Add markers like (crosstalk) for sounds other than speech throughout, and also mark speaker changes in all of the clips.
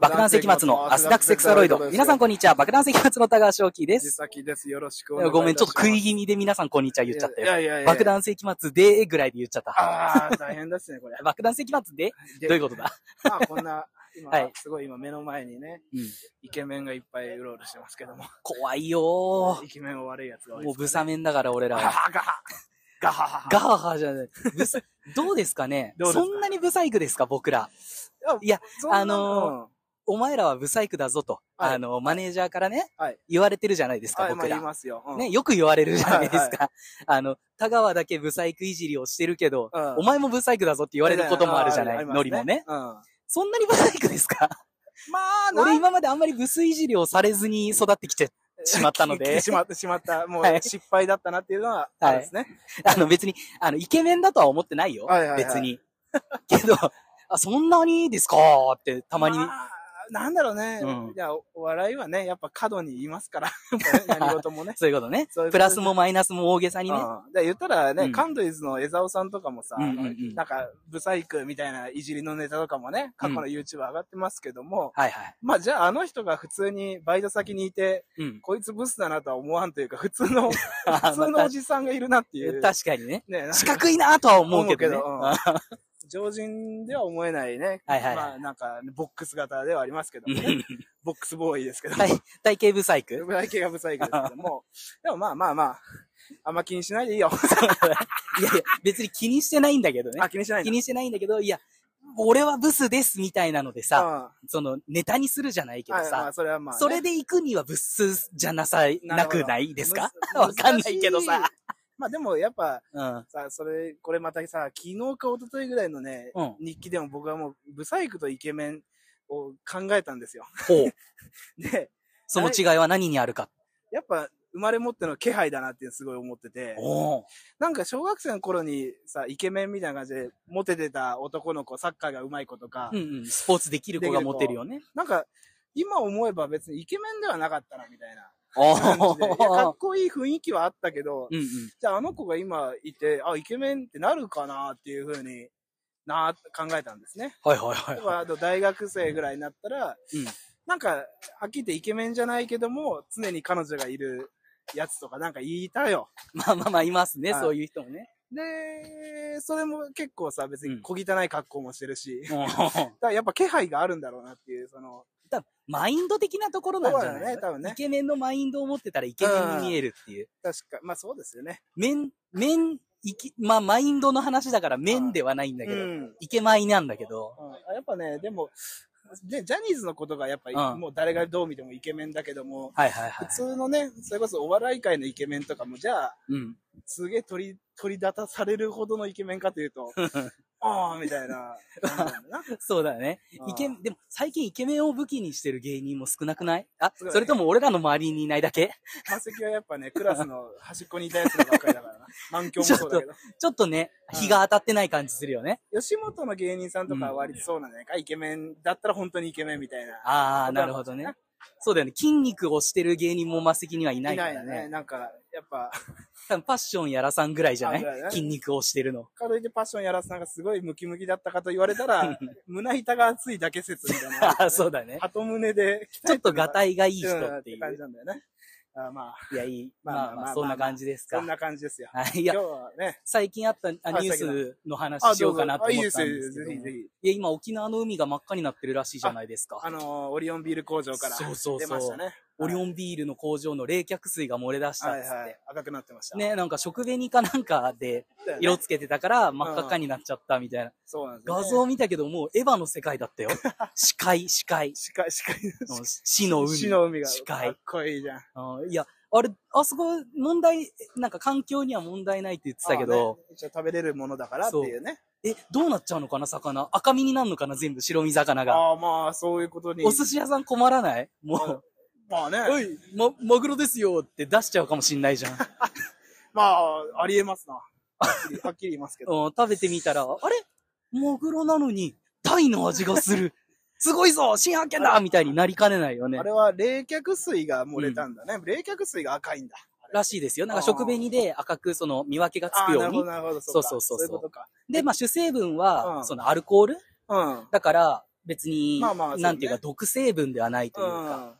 Speaker 1: 爆弾石松のアスダクセクサロイド。皆さんこんにちは。爆弾石松の田川翔樹で
Speaker 2: 実
Speaker 1: す。
Speaker 2: 先です。よろしくお願い
Speaker 1: ごめん、ちょっと食い
Speaker 2: し
Speaker 1: 気味で皆さんこんにちは言っちゃっ
Speaker 2: いや
Speaker 1: て。
Speaker 2: いやいや。
Speaker 1: 爆。弾石松でぐらいで言っちゃった。
Speaker 2: ああ、大変ですね、これ。
Speaker 1: 爆弾石松でどういうことだ
Speaker 2: まあ、こんな、今、
Speaker 1: はい
Speaker 2: すごい今目の前にね、
Speaker 1: うん
Speaker 2: イケメンがいっぱいうろうろしてますけども。
Speaker 1: 怖いよ
Speaker 2: イケメンは悪いやつが多
Speaker 1: ー。
Speaker 2: いで
Speaker 1: もう
Speaker 2: す
Speaker 1: ブサメンだから俺ら
Speaker 2: ガハ
Speaker 1: は。
Speaker 2: ハガハ。ガハハハ。
Speaker 1: ガハハじゃない。
Speaker 2: (laughs)
Speaker 1: ブサどうですかね
Speaker 2: どうです
Speaker 1: そ
Speaker 2: か
Speaker 1: んなにブサイクですか僕ら。いや、
Speaker 2: そんな
Speaker 1: あのお前らはブサイクだぞと。
Speaker 2: はい
Speaker 1: あの、マネージャーからね
Speaker 2: はい。
Speaker 1: 言われてるじゃないですか、
Speaker 2: はい、まあ
Speaker 1: 僕
Speaker 2: 言い
Speaker 1: ら。
Speaker 2: ますよ。うん
Speaker 1: ね、よく言われるじゃないです
Speaker 2: はい
Speaker 1: か。あの、田川だけブサイクいじりをしてるけど、
Speaker 2: うん
Speaker 1: お前もブサイクだぞって言われることもあるじゃな
Speaker 2: あ
Speaker 1: い、
Speaker 2: ります
Speaker 1: ノリもね。
Speaker 2: うん。ま
Speaker 1: そんなにブサイクですか
Speaker 2: あ、
Speaker 1: 俺今まであんまりブスいじりをされずに (laughs) 育ってきて、しまった
Speaker 2: (laughs)
Speaker 1: ので
Speaker 2: しまってしまった。もう
Speaker 1: はい
Speaker 2: 失敗だったなっていうのはあるんですね。
Speaker 1: あの別に、あの、イケメンだとは思ってないよ。
Speaker 2: はいはいはい
Speaker 1: 別に。 (laughs) けど、あ、そんなにですかってたまに。
Speaker 2: あなんだろうね。
Speaker 1: うん
Speaker 2: いや、おお笑いはね、やっぱ過度に言います
Speaker 1: (laughs)
Speaker 2: から。やっぱね何事もね。
Speaker 1: そういうことね
Speaker 2: そういうことです
Speaker 1: プラスもマイナスも大げさにね。
Speaker 2: うんで言ったらね、
Speaker 1: うん
Speaker 2: カンドイズの江沢さんとかもさ、
Speaker 1: うんうんうん
Speaker 2: なんか、ブサイクみたいないじりのネタとかもね、過去の YouTuber 上がってますけども、
Speaker 1: はいはい。
Speaker 2: まあじゃああの人が普通にバイト先にいて、
Speaker 1: うん。
Speaker 2: (laughs) こいつブスだなとは思わんというか、普通の、
Speaker 1: ま (laughs) あ
Speaker 2: 普通のおじさんがいるなっていう。
Speaker 1: 確かにね。
Speaker 2: ね、なんか
Speaker 1: 四角いなとは思うけどね。
Speaker 2: 思うけどうん常人では思えないね。
Speaker 1: はいはいはい
Speaker 2: まあなんか、ボックス型ではありますけども
Speaker 1: うん
Speaker 2: ね。ボックスボーイですけども。
Speaker 1: 体体型ブサイ (laughs) ク
Speaker 2: ぐらい系がブサイクですけども。でもまあまあま
Speaker 1: (laughs)
Speaker 2: あ、あんま気にしないでいいよ。
Speaker 1: いやいや、別に気にしてないんだけどね
Speaker 2: あ、。気にしない
Speaker 1: 気
Speaker 2: で。
Speaker 1: にしてないんだけど、いや、俺はブスですみたいなのでさ、
Speaker 2: あ、
Speaker 1: そのネタにするじゃないけど
Speaker 2: はいま
Speaker 1: さ
Speaker 2: あ、、それはまあね。
Speaker 1: それで行くにはブスじゃなさい、
Speaker 2: なる
Speaker 1: な
Speaker 2: ほど
Speaker 1: くないですか
Speaker 2: む
Speaker 1: (laughs) わかんないけどさ。。
Speaker 2: まあでもやっぱ、
Speaker 1: うん。
Speaker 2: さ、それ、これまたさ、昨日か一昨日ぐらいのね、
Speaker 1: うん。
Speaker 2: 日記でも僕はもう、ブサイクとイケメンを考えたんですよ。 (laughs)
Speaker 1: (laughs) ほう。
Speaker 2: で、
Speaker 1: その違いは何にあるか。
Speaker 2: やっぱ、生まれ持っての気配だなってすごい思って (laughs) て。
Speaker 1: おお。
Speaker 2: なんか小学生の頃にさ、イケメンみたいな感じでモテてた男の子、サッカーが上手い子とか、
Speaker 1: うんうん。スポーツできる子がモテるよね。
Speaker 2: なんか今思えば別にイケメンではなかったな、みたいな
Speaker 1: お
Speaker 2: 感じ
Speaker 1: (laughs)
Speaker 2: で。いやか
Speaker 1: お
Speaker 2: っ。こいい雰囲気はあったけど、
Speaker 1: うんうん。
Speaker 2: じゃああの子が今いて、あ、イケメンってなるかなっていうふうにな、考えたんです
Speaker 1: (laughs)
Speaker 2: ね。
Speaker 1: はいはいはい
Speaker 2: 例え
Speaker 1: は
Speaker 2: ばあと大学生ぐらいになったら、
Speaker 1: うん
Speaker 2: なんか、はっきり言ってイケメンじゃないけども、常に彼女がいるやつとかなんか言いたよ。
Speaker 1: い。まあまあまあ、いますね、
Speaker 2: はい
Speaker 1: そういう人もね。
Speaker 2: で、それも結構さ、別
Speaker 1: う
Speaker 2: に
Speaker 1: ん
Speaker 2: 小汚い格好もしてるし、だか
Speaker 1: おー
Speaker 2: らやっぱ気配があるんだろうなっていう、その、
Speaker 1: 多分 (laughs) マインド的なところなんじ
Speaker 2: そ
Speaker 1: ゃ
Speaker 2: うだ
Speaker 1: ない
Speaker 2: よね多分ね
Speaker 1: イケメンのマインドを持ってたらイケメンに見えるっていう。
Speaker 2: 確か、まあそうですよね。
Speaker 1: 面、面、いき、まあマインドの話だから面ではないんだけ
Speaker 2: う
Speaker 1: ど、
Speaker 2: ん。うん
Speaker 1: イケマイなんだけど、
Speaker 2: あやっぱね、でも、でジャニーズのことがやっぱり、
Speaker 1: うん
Speaker 2: もう誰がどう見てもイケメンだけども、
Speaker 1: はいはい
Speaker 2: 普
Speaker 1: はい。
Speaker 2: 通のね、それこそお笑い界のイケメンとかも、じゃあ、
Speaker 1: うん。
Speaker 2: すげえ取り、取り立たされるほどのイケメンかという
Speaker 1: (laughs)
Speaker 2: と、ああ、みたいな感じなんだな。
Speaker 1: そうだね。
Speaker 2: うん
Speaker 1: (laughs) イケ、でも最近イケメンを武器にしてる芸人も少なくないあ、
Speaker 2: すごいね
Speaker 1: それとも俺らの周りにいないだけ (laughs)
Speaker 2: マセキはやっぱね、クラスの端っこにいたやつのばっかりだ
Speaker 1: (laughs)
Speaker 2: からな。満響もそうだけど。
Speaker 1: ちょっとね、
Speaker 2: うん
Speaker 1: 日が当たってない感じするよね。
Speaker 2: 吉本の芸人さんとかは割とそうなんじゃないか、イケメンだったら本当にイケメンみたいな。そ
Speaker 1: ああ、
Speaker 2: うだ
Speaker 1: な
Speaker 2: ろ
Speaker 1: る
Speaker 2: う
Speaker 1: ほどね。そうだよね。筋肉をしてる芸人もマス的にはいない
Speaker 2: い
Speaker 1: か
Speaker 2: ない
Speaker 1: ら
Speaker 2: よ
Speaker 1: ね。
Speaker 2: ね。なんか、やっぱ、
Speaker 1: 多分パッションやらさんぐらいじゃな
Speaker 2: あぐらい
Speaker 1: い
Speaker 2: ね
Speaker 1: 筋肉をしてるの。
Speaker 2: かといってパッションやらすなんかすごいムキムキだったかと言われた
Speaker 1: (laughs)
Speaker 2: ら、胸板が厚いだけ説みたいな。
Speaker 1: ああ、そうだね。
Speaker 2: 鳩胸で。
Speaker 1: ちょっとガタ
Speaker 2: い
Speaker 1: イがい
Speaker 2: い
Speaker 1: い人ってい
Speaker 2: 感じ
Speaker 1: う。
Speaker 2: なんだよね。あまあ、
Speaker 1: いや、いい。
Speaker 2: まあま
Speaker 1: まあ
Speaker 2: あ
Speaker 1: ま
Speaker 2: ま
Speaker 1: あ、
Speaker 2: あ
Speaker 1: そんな感じです
Speaker 2: そ
Speaker 1: か
Speaker 2: ん。な感じですよ。
Speaker 1: (laughs) はいい
Speaker 2: 今
Speaker 1: や
Speaker 2: 日、はね。
Speaker 1: 最近あったあ
Speaker 2: あ
Speaker 1: ニュー
Speaker 2: 最近
Speaker 1: スの話
Speaker 2: あ
Speaker 1: しようかなと思ったん
Speaker 2: どうぞあいい
Speaker 1: ですす
Speaker 2: よぜ
Speaker 1: けど
Speaker 2: ひ
Speaker 1: も。
Speaker 2: ぜ
Speaker 1: い
Speaker 2: ひ。
Speaker 1: や、今沖縄の海が真っ赤になってるらしいじゃないです
Speaker 2: あ
Speaker 1: か。
Speaker 2: のー、オリオンビール工場から。
Speaker 1: そうそうそう
Speaker 2: 出ましたね。
Speaker 1: オリオ
Speaker 2: ン
Speaker 1: ンビールの工場の冷却水が漏れ出した
Speaker 2: は
Speaker 1: っ
Speaker 2: い
Speaker 1: つっ
Speaker 2: は
Speaker 1: て
Speaker 2: い。。赤くなってました。。
Speaker 1: ね、なんか食紅かなんかで色つけてたから真っ赤っかになっちゃったみたいな。
Speaker 2: そうなんですよね
Speaker 1: 画像見たけどもうエヴァの世界
Speaker 2: (laughs)
Speaker 1: だったよ。視界、視界。
Speaker 2: 視界、視界。
Speaker 1: うん死の
Speaker 2: (laughs)
Speaker 1: 海。
Speaker 2: 死の海が。
Speaker 1: 視
Speaker 2: かっ
Speaker 1: 界。
Speaker 2: こいいじゃん。
Speaker 1: うんいや、あれ、あそこ問題、なんか環境には問題ないって言ってたけど、
Speaker 2: ああね一応食べれるものだからっていうね。
Speaker 1: え、どうなっちゃうのかな、魚。赤身になるのかな、全部白身魚が。
Speaker 2: ああ、まあ、そういうことに。
Speaker 1: お寿司屋さん困らないも
Speaker 2: まあね
Speaker 1: う、。 (laughs) おい、ま、マグロですよって出しちゃうかもしんないじゃん。
Speaker 2: まあ、ありえますな。はっきりはっきり言いますけど。
Speaker 1: うん食べてみたら、あれマグロなのに、タイの味がす
Speaker 2: (laughs)
Speaker 1: る。すごいぞ新発見だみたいになりかねないよね
Speaker 2: あ。れは冷却水が漏れたんだね。冷却水が赤いんだ。
Speaker 1: らしいですよ。なんか食紅で赤くその見分けがつ
Speaker 2: ああ
Speaker 1: く
Speaker 2: ー、
Speaker 1: よ
Speaker 2: な
Speaker 1: う
Speaker 2: るほど、
Speaker 1: に。
Speaker 2: なるほど。
Speaker 1: そう
Speaker 2: か
Speaker 1: そうそうそう
Speaker 2: そういうことか。
Speaker 1: で、まあ主成分
Speaker 2: う
Speaker 1: は、
Speaker 2: ん
Speaker 1: そのアルコール
Speaker 2: うん。
Speaker 1: だから、別に、
Speaker 2: まあまあそうね
Speaker 1: なんていうか、毒成分ではないというか、
Speaker 2: ん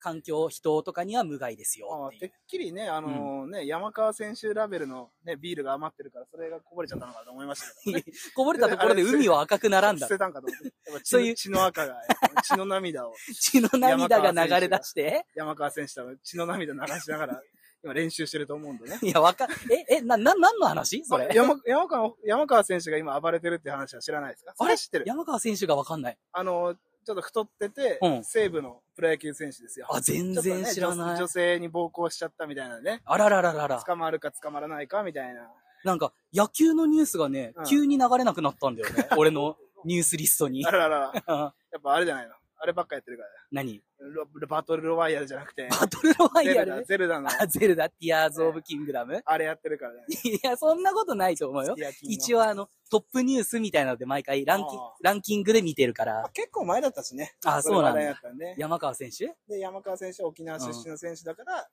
Speaker 1: 環境、人とかには無害です
Speaker 2: ま
Speaker 1: よ
Speaker 2: あ
Speaker 1: って
Speaker 2: て
Speaker 1: い
Speaker 2: っきりね、あのね、山川選手ラベルのね、ビールが余ってるから、それがこぼれちゃったのかと思いましたけどね。
Speaker 1: う。こぼれたところで海は赤くならんだ
Speaker 2: 捨。てたんかと思って。やっぱ血
Speaker 1: そういう
Speaker 2: の血の赤が、やっぱ血の涙を、
Speaker 1: 血の涙が流れ出して。
Speaker 2: 山川選手多分血の涙流しながら、今練習してると思うんでね。
Speaker 1: いや、わか、え、え、な、な、何の話それ。
Speaker 2: 山山川山川選手が今暴れてるって話は知らないですかそれは知ってる。
Speaker 1: 山川選手がわかんない。
Speaker 2: あの、ちょっと太ってて、
Speaker 1: うん
Speaker 2: 西武のプロ野球選手ですよ。
Speaker 1: あ、全
Speaker 2: ちょっと
Speaker 1: 然
Speaker 2: ね
Speaker 1: 知ら
Speaker 2: 女
Speaker 1: ない
Speaker 2: 女。性に暴行しちゃったみたいなね。
Speaker 1: あららららら。
Speaker 2: 捕まるか捕まらないかみたいな。
Speaker 1: なんか、野球のニュースがね
Speaker 2: うん、
Speaker 1: 急に流れなくなったんだ
Speaker 2: (laughs)
Speaker 1: よね。俺のニュースリストに
Speaker 2: あ。ららら。やっぱあれじゃないの。あればっかやってるから。
Speaker 1: 何
Speaker 2: ロバトルロワイヤルじゃなくて、
Speaker 1: バトルロワイ
Speaker 2: ゼ
Speaker 1: ヤ
Speaker 2: ル
Speaker 1: ル
Speaker 2: ダ、
Speaker 1: ね
Speaker 2: ゼルダ
Speaker 1: (laughs)
Speaker 2: の、
Speaker 1: あゼルダ、ティアーズ・オブ・キングダム
Speaker 2: あれやってるからね。
Speaker 1: いや、そんなことないと思うよ。一
Speaker 2: 応。
Speaker 1: 応あの、トップニュースみたいなので毎回ランキング
Speaker 2: あ、
Speaker 1: ランキングで見てるか
Speaker 2: あ
Speaker 1: ら。
Speaker 2: 結構前だったしね。
Speaker 1: あ、そうなん
Speaker 2: これ話題だ
Speaker 1: だ。
Speaker 2: ったんで。
Speaker 1: 山川選手
Speaker 2: で、山川選手は沖縄出身の選手だから、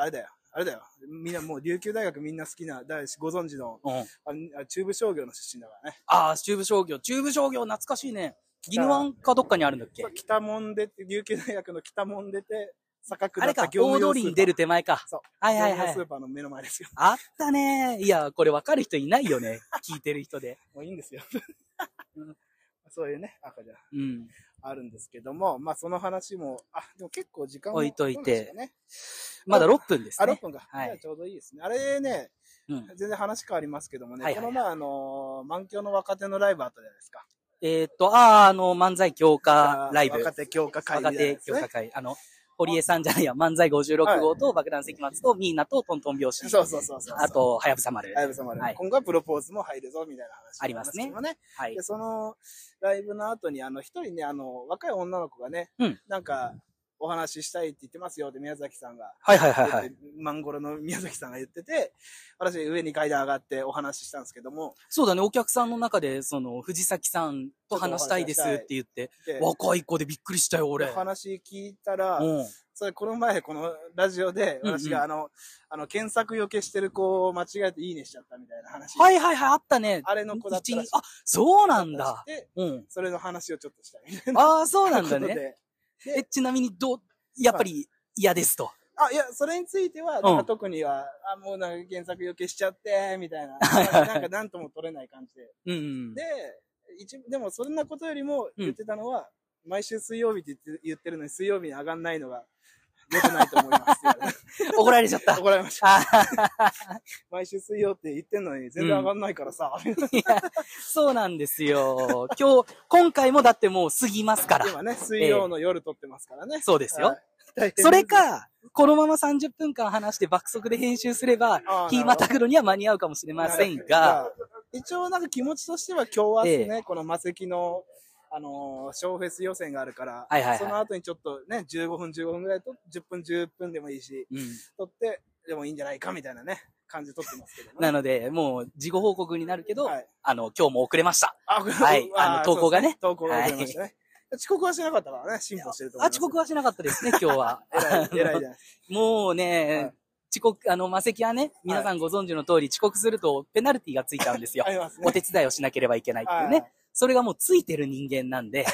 Speaker 2: あれだよ。あれだよ。みんなもう琉球大学みんな好きな、だしご存知の、
Speaker 1: うん。
Speaker 2: ああ中部商業の出身だからね。
Speaker 1: ああ、中部商業。中部商業懐かしいね。ギヌワンかどっかにあるんだっけ
Speaker 2: 北門出て、琉球大学の北門出て、坂下
Speaker 1: あ
Speaker 2: っ
Speaker 1: れ
Speaker 2: た
Speaker 1: か、
Speaker 2: 業
Speaker 1: 大
Speaker 2: 務用
Speaker 1: 通
Speaker 2: ス
Speaker 1: り
Speaker 2: ー
Speaker 1: に
Speaker 2: パ
Speaker 1: 出
Speaker 2: ー。
Speaker 1: る手前か。
Speaker 2: そう
Speaker 1: はいは
Speaker 2: 業
Speaker 1: い
Speaker 2: 務
Speaker 1: は
Speaker 2: 用
Speaker 1: い
Speaker 2: スー。パーの目の前ですよ。
Speaker 1: あったねいや、これわかる人いないよね。聞いてる人で。
Speaker 2: (laughs) もういいんですよ (laughs)
Speaker 1: うん。
Speaker 2: そういうね、赤じゃ
Speaker 1: うん。
Speaker 2: あるんですけども、まあその話も、あ、でも結構時間も
Speaker 1: 置いと
Speaker 2: ど
Speaker 1: いて
Speaker 2: うなんですかね、
Speaker 1: まだ6分です
Speaker 2: あ、6
Speaker 1: ね。
Speaker 2: 分か。
Speaker 1: はい
Speaker 2: じゃあちょうどいいですね。あれね、
Speaker 1: うん。
Speaker 2: 全然話変わりますけどもね、
Speaker 1: はいはいはい
Speaker 2: この前、あのー満響の若手のライブあったじゃないですか。
Speaker 1: えーっと、ああ、あの、漫才強化ライブ。
Speaker 2: 若手強化会みた
Speaker 1: 若
Speaker 2: いなや
Speaker 1: 手
Speaker 2: つ
Speaker 1: 強
Speaker 2: ね
Speaker 1: 化会。あの、堀江さんじゃないや、漫才56号と爆弾石松とミーナとトントン拍子。
Speaker 2: そうそうそうそう。
Speaker 1: あ、と、はやぶさ丸。
Speaker 2: ライブ様で、
Speaker 1: はい
Speaker 2: 今後はプロポーズも入るぞ、みたいな話。
Speaker 1: ありますね
Speaker 2: なんですけどね。
Speaker 1: はい
Speaker 2: で、。その、ライブの後に、あの、一人ね、あの、若い女の子がね、
Speaker 1: うん
Speaker 2: なんか、お話ししたいって言ってますよって宮崎さんが
Speaker 1: はいはい
Speaker 2: 言
Speaker 1: は
Speaker 2: っ
Speaker 1: い
Speaker 2: て、
Speaker 1: はい。
Speaker 2: マンゴロの宮崎さんが言ってて、私上に階段上がってお話ししたんですけども、
Speaker 1: そうだね、お客さんの中で、その、藤崎さんと話したいですって言って、
Speaker 2: で
Speaker 1: 若い子でびっくりしたよ、俺。
Speaker 2: お話聞いたら、
Speaker 1: うん。
Speaker 2: それこの前このラジオで
Speaker 1: うんうん
Speaker 2: 私があの、あの検索よけしてる子を間違えていいねしちゃったみたいな話。
Speaker 1: はいはいはい、あったね。
Speaker 2: あれの子だったらし
Speaker 1: うちに
Speaker 2: い
Speaker 1: あ、そうなんだ。。
Speaker 2: で、
Speaker 1: うん。
Speaker 2: それの話をちょっとしたいみたいな。
Speaker 1: ああ、そうなんだ
Speaker 2: こと
Speaker 1: ね。
Speaker 2: で。
Speaker 1: え、ちなみに、どう、やっぱり嫌ですと。
Speaker 2: あ、いや、それについては、
Speaker 1: ん
Speaker 2: なんか特には、あ、もうなんか検索よけしちゃって、みたいな。
Speaker 1: はいはい
Speaker 2: なんかなんとも取れない感じで。
Speaker 1: うんうん。
Speaker 2: で、一でもそんなことよりも言ってたのは、毎週水曜日って言って言ってるのに水曜日に上がんないのが良くないと思いますって言われて。
Speaker 1: 怒られちゃった。
Speaker 2: 怒られました。
Speaker 1: (laughs)
Speaker 2: (laughs)
Speaker 1: あー
Speaker 2: 毎週水曜って言ってんのに全然上がんないからさ。
Speaker 1: いやそうなんですよ。今日、今回もだってもう過ぎますから。
Speaker 2: 今ね、水曜の夜撮ってますからね。
Speaker 1: そうですよ。
Speaker 2: はい。
Speaker 1: それか、このまま30分間話して爆速で編集すれば、
Speaker 2: あー、
Speaker 1: キーマタクロには間に合うかもしれ
Speaker 2: な
Speaker 1: ま
Speaker 2: るほど
Speaker 1: せんが、、
Speaker 2: 一応なんか気持ちとしては今日明日
Speaker 1: え
Speaker 2: ね、この魔石の、あのー、小フェス予選があるから、
Speaker 1: はいはいはい
Speaker 2: その後にちょっとね、15分15分ぐらいと、10分10分でもいいし、
Speaker 1: うん
Speaker 2: 撮って、でもいいんじゃないかみたいなね、感じで撮ってますけど、ね。
Speaker 1: なので、もう、事後報告になるけど、
Speaker 2: はい。
Speaker 1: あの、今日も遅れました。
Speaker 2: あ、
Speaker 1: はいあの
Speaker 2: ー
Speaker 1: 投稿がね
Speaker 2: そうです投稿が遅れましたね。遅刻はしなかったからね、進歩してると思い
Speaker 1: あ、
Speaker 2: ます。
Speaker 1: 遅刻はしなかったですね、今日
Speaker 2: (laughs)
Speaker 1: は。
Speaker 2: 偉い、偉いじゃないです
Speaker 1: もうね、
Speaker 2: はい
Speaker 1: 遅刻、あの、魔石はね、皆さんご存知の通り、遅刻するとペナルティが (laughs) ついちゃうんですよ
Speaker 2: か。あ。りますね。
Speaker 1: お手伝いをしなければいけないっていう
Speaker 2: は
Speaker 1: ね
Speaker 2: い。。
Speaker 1: それがもうついてる人間な
Speaker 2: (laughs)
Speaker 1: んで、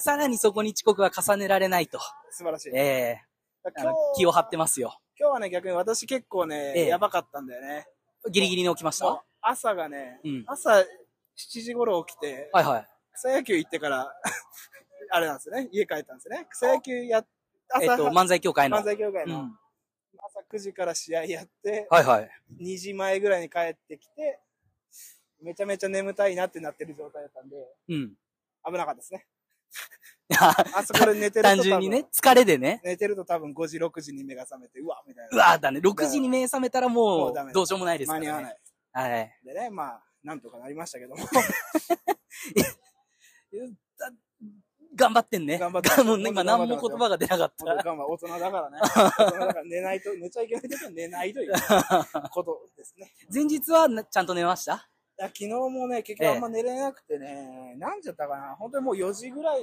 Speaker 1: さらにそこに遅刻は重ねられないと。
Speaker 2: 素晴らしい。
Speaker 1: ええあ
Speaker 2: 今
Speaker 1: の
Speaker 2: 日
Speaker 1: 気を張ってますよ。
Speaker 2: 今日はね、逆に私結構ね、
Speaker 1: ええ
Speaker 2: やばかったんだよね。
Speaker 1: ギリギリに起きまし
Speaker 2: もう
Speaker 1: た
Speaker 2: 朝がね、
Speaker 1: うん
Speaker 2: 朝7時頃起きて、
Speaker 1: はいはい。
Speaker 2: 草野球行ってから、 (laughs) あれなんですよね、家帰ったんですよね。草野球やっ、朝、
Speaker 1: えっと、漫才協会の。
Speaker 2: 漫才協会
Speaker 1: う
Speaker 2: の、
Speaker 1: ん。
Speaker 2: 朝9時から試合やって、
Speaker 1: はいはい。
Speaker 2: 2時前ぐらいに帰ってきて、めちゃめちゃ眠たいなってなってる状態だったんで、
Speaker 1: うん。
Speaker 2: 危なかったですね。あそこで寝てると多分
Speaker 1: (laughs) 単純にね、疲れでね。
Speaker 2: 寝てると多分5時、6時に目が覚めて、うわ、みたいうな。
Speaker 1: わーだね。6時に目覚めたら
Speaker 2: も
Speaker 1: も
Speaker 2: うダメ
Speaker 1: う、どうしようもないですか
Speaker 2: 間に
Speaker 1: ら、ね。
Speaker 2: 合わない。
Speaker 1: はい。
Speaker 2: でね、まあ、なんとかなりましたけども。
Speaker 1: (laughs) 頑張ってんね。
Speaker 2: 頑張ってます
Speaker 1: もうね今何も言葉が出なかっ
Speaker 2: 本当
Speaker 1: た。
Speaker 2: 頑張る大人だからね。大人だから寝ないと、寝ちゃいけない時は寝ないということですね。
Speaker 1: 前日はなちゃんと寝ました
Speaker 2: いや昨日もね、結局あんま寝れなくてね、何時だったかな本当にもう4時ぐらい、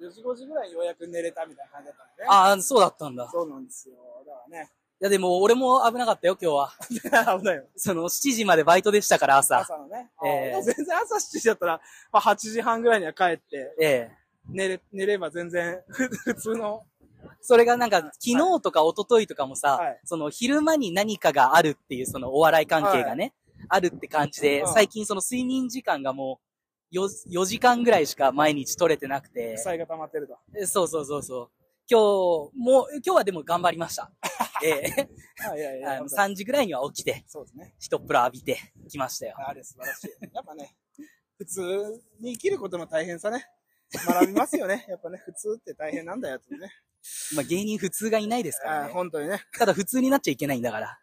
Speaker 2: 4時5時ぐらいにようやく寝れたみたいな感じだったんでね。
Speaker 1: ああ、そうだったんだ。い
Speaker 2: そうなんですよ。だ
Speaker 1: やでも俺も危なかったよ、今日は。 (laughs)
Speaker 2: からね。危ないよ。
Speaker 1: その7時までバイトでしたから朝。
Speaker 2: (laughs) 朝のね。
Speaker 1: ええ
Speaker 2: あ全然朝7時だったら、まあ、8時半ぐらいには帰って、
Speaker 1: ええ
Speaker 2: 寝れ、寝れば全然、ふ (laughs) 普通の、
Speaker 1: それがなんか、昨日とか一昨日とかもさ、
Speaker 2: はい
Speaker 1: その昼間に何かがあるっていう、そのお笑い関係がね、あるって感じで、
Speaker 2: うん
Speaker 1: 最近その睡眠時間がもう4、4時間ぐらいしか毎日取れてなくて、
Speaker 2: 負債が溜まってると。
Speaker 1: そうそうそうそう。今日、もう、今日はでも頑張り
Speaker 2: (laughs)
Speaker 1: ました。え
Speaker 2: あいやい
Speaker 1: え
Speaker 2: や、
Speaker 1: あの
Speaker 2: 本当に
Speaker 1: 3時ぐらいには起きて、
Speaker 2: そうですね。
Speaker 1: 一っ風呂浴びてきましたよ。
Speaker 2: あれ素晴らしい。やっぱね、普通に生きることの大変さね。学びますよね。やっぱね、普通って大変なんだよって
Speaker 1: (laughs)
Speaker 2: ね。
Speaker 1: まあ芸人普通がいないですか
Speaker 2: あ
Speaker 1: ら
Speaker 2: あ
Speaker 1: ね。
Speaker 2: 本当にね。
Speaker 1: ただ普通になっちゃいけないんだから。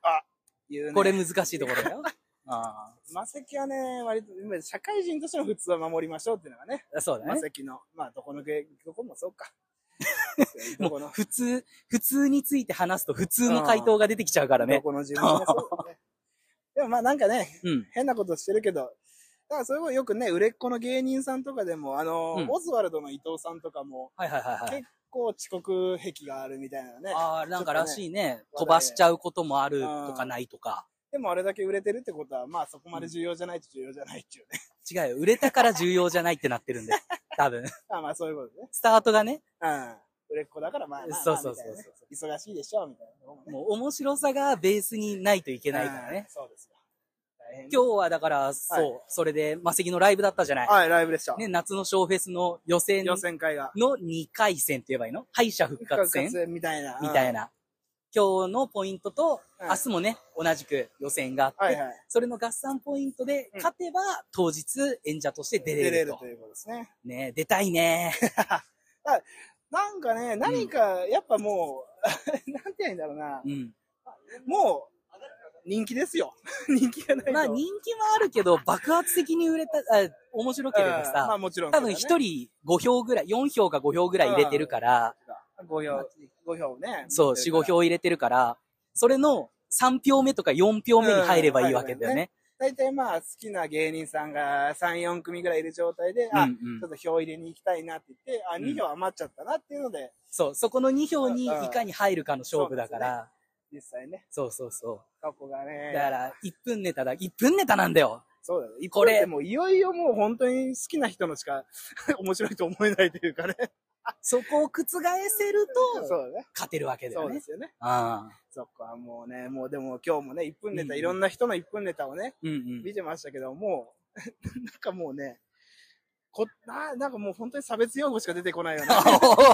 Speaker 2: 言うね。
Speaker 1: これ難しいところ
Speaker 2: (laughs)
Speaker 1: だよ。あ
Speaker 2: マセキはね、割と、今社会人としての普通は守りましょうっていうのがね、
Speaker 1: あそうだ
Speaker 2: マ
Speaker 1: ね。
Speaker 2: セキの、まあ、どこの芸、どこもそう
Speaker 1: (laughs)
Speaker 2: か。ど
Speaker 1: も
Speaker 2: こ
Speaker 1: う
Speaker 2: の、
Speaker 1: 普通、普通について話すと普通の回答が出てきちゃうから
Speaker 2: ど
Speaker 1: ね。
Speaker 2: この自分も
Speaker 1: (laughs)
Speaker 2: そう、ね。でもまあなんかね、
Speaker 1: うん。
Speaker 2: 変なことしてるけど、だからそれこそよくね、売れっ子の芸人さんとかでも、あの、
Speaker 1: うん
Speaker 2: オズワルドの伊藤さんとかも、
Speaker 1: はいはいはいはい
Speaker 2: 結。こう遅刻癖があるみたいなね。
Speaker 1: ああ、なんからしい
Speaker 2: ちょっ
Speaker 1: ね。
Speaker 2: とね
Speaker 1: 飛ばしちゃうこともあ
Speaker 2: う
Speaker 1: る
Speaker 2: ん
Speaker 1: とかないとか。
Speaker 2: でもあれだけ売れてるってことは、まあそこまで重要じゃないと重要じゃないっていうね。 (laughs)
Speaker 1: 違うよ。売れたから重要じゃないってなってるんだよ。多分。
Speaker 2: まあまあそういうことね。
Speaker 1: スタートがね、
Speaker 2: うん。売れっ子だからまあまあまあ
Speaker 1: そうそうそう
Speaker 2: みたいなね忙しいでしょ、みたいなのもね。
Speaker 1: もう面白さがベースにないといけないからね
Speaker 2: うん。。そうですよ。大変。
Speaker 1: 今日はだから、そう、それで、マセキのライブだったじゃない。
Speaker 2: はい、ライブでした。
Speaker 1: ね、夏のショーフェスの予選
Speaker 2: 予
Speaker 1: の
Speaker 2: 選会が。
Speaker 1: 2回戦って言えばいいの敗者復活戦
Speaker 2: 戦みたいな。
Speaker 1: みた
Speaker 2: な。
Speaker 1: いな。今日のポイントと、
Speaker 2: うん
Speaker 1: 明日もね、同じく予選があっ
Speaker 2: はい
Speaker 1: て、
Speaker 2: はい。
Speaker 1: それの合算ポイントで、
Speaker 2: うん
Speaker 1: 勝てば当日演者として出
Speaker 2: 出
Speaker 1: れ
Speaker 2: れ
Speaker 1: る
Speaker 2: る
Speaker 1: と。
Speaker 2: ということですね。
Speaker 1: ね、出たいね。
Speaker 2: なんかね、何か、やっぱもう、 (laughs) なんて言うんだろうな (laughs)
Speaker 1: う。ん。
Speaker 2: もう、人気ですよ。 (laughs) 人気がないと。
Speaker 1: まあ人気はあるけど、爆発的に売れた、あ面白ければ
Speaker 2: うんまあ
Speaker 1: さ、
Speaker 2: もちろん。
Speaker 1: 多分一人5票ぐらい、4票か5票ぐらい入れてるから、
Speaker 2: 5票、五票ね。
Speaker 1: そう、4、5。票入れてるから、それの3票目とか4票目に入ればいいわけだよね。
Speaker 2: 大体まあ好きな芸人さんが3、4組ぐらいいる状態で、
Speaker 1: うんう
Speaker 2: あ、ち
Speaker 1: ん
Speaker 2: ょっと票入れに行きたいなって言って、あ、
Speaker 1: うん
Speaker 2: 2票余っちゃったなっていうので、
Speaker 1: そう、そこの2票にいかに入るかの勝負だから、
Speaker 2: 実際ね、
Speaker 1: そうそうそ
Speaker 2: 過去が
Speaker 1: う。
Speaker 2: ね。
Speaker 1: だから、1分ネタだ、1分ネタなんだよ。
Speaker 2: そうだね。
Speaker 1: これ
Speaker 2: でもういよいよもう本当に好きな人のしか (laughs) 面白いと思えないというかね。
Speaker 1: そこを覆せる
Speaker 2: そう
Speaker 1: と、
Speaker 2: だね。
Speaker 1: 勝てるわけだ
Speaker 2: そ
Speaker 1: よ
Speaker 2: うで
Speaker 1: ね。
Speaker 2: すよね。
Speaker 1: ああ。
Speaker 2: そこはもうね、もうでも今日もね、1分ネタ、
Speaker 1: うん
Speaker 2: いろんな人の1分ネタをね、
Speaker 1: うんうん。
Speaker 2: 見てましたけど、もう、 (laughs) なんかもうね、こななんかもう本当に差別用語しか出てこないよね。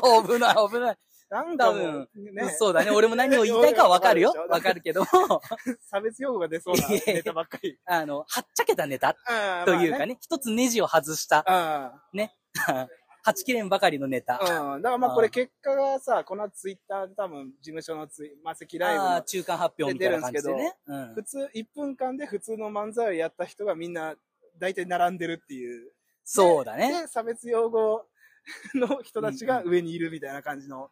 Speaker 1: お (laughs) ー危ない、危ない。
Speaker 2: なんかもう、ね、
Speaker 1: そうだね。俺も何を言いたいかはわ
Speaker 2: (laughs)
Speaker 1: かるよ
Speaker 2: わかるでし。ょ
Speaker 1: わかるけど、
Speaker 2: 差別用語が出そうなネタばっかり。
Speaker 1: (laughs) あの、はっちゃけたネタ
Speaker 2: あー
Speaker 1: というか。ね、一つネジを外した、
Speaker 2: ま
Speaker 1: はちきれんばかりのネ
Speaker 2: あ
Speaker 1: タ。
Speaker 2: ねうん。うん。だからまあこれ結果がさ、このツイッターで多分事務所のツイ、マセキライブ
Speaker 1: ああ、
Speaker 2: の
Speaker 1: 中間発表みたいな感じでね。うん
Speaker 2: 普通、1分間で普通の漫才をやった人がみんな、大体並んでるっていう。
Speaker 1: そうだね。
Speaker 2: で、差別用語の人たちが上にいるみたいな感じの。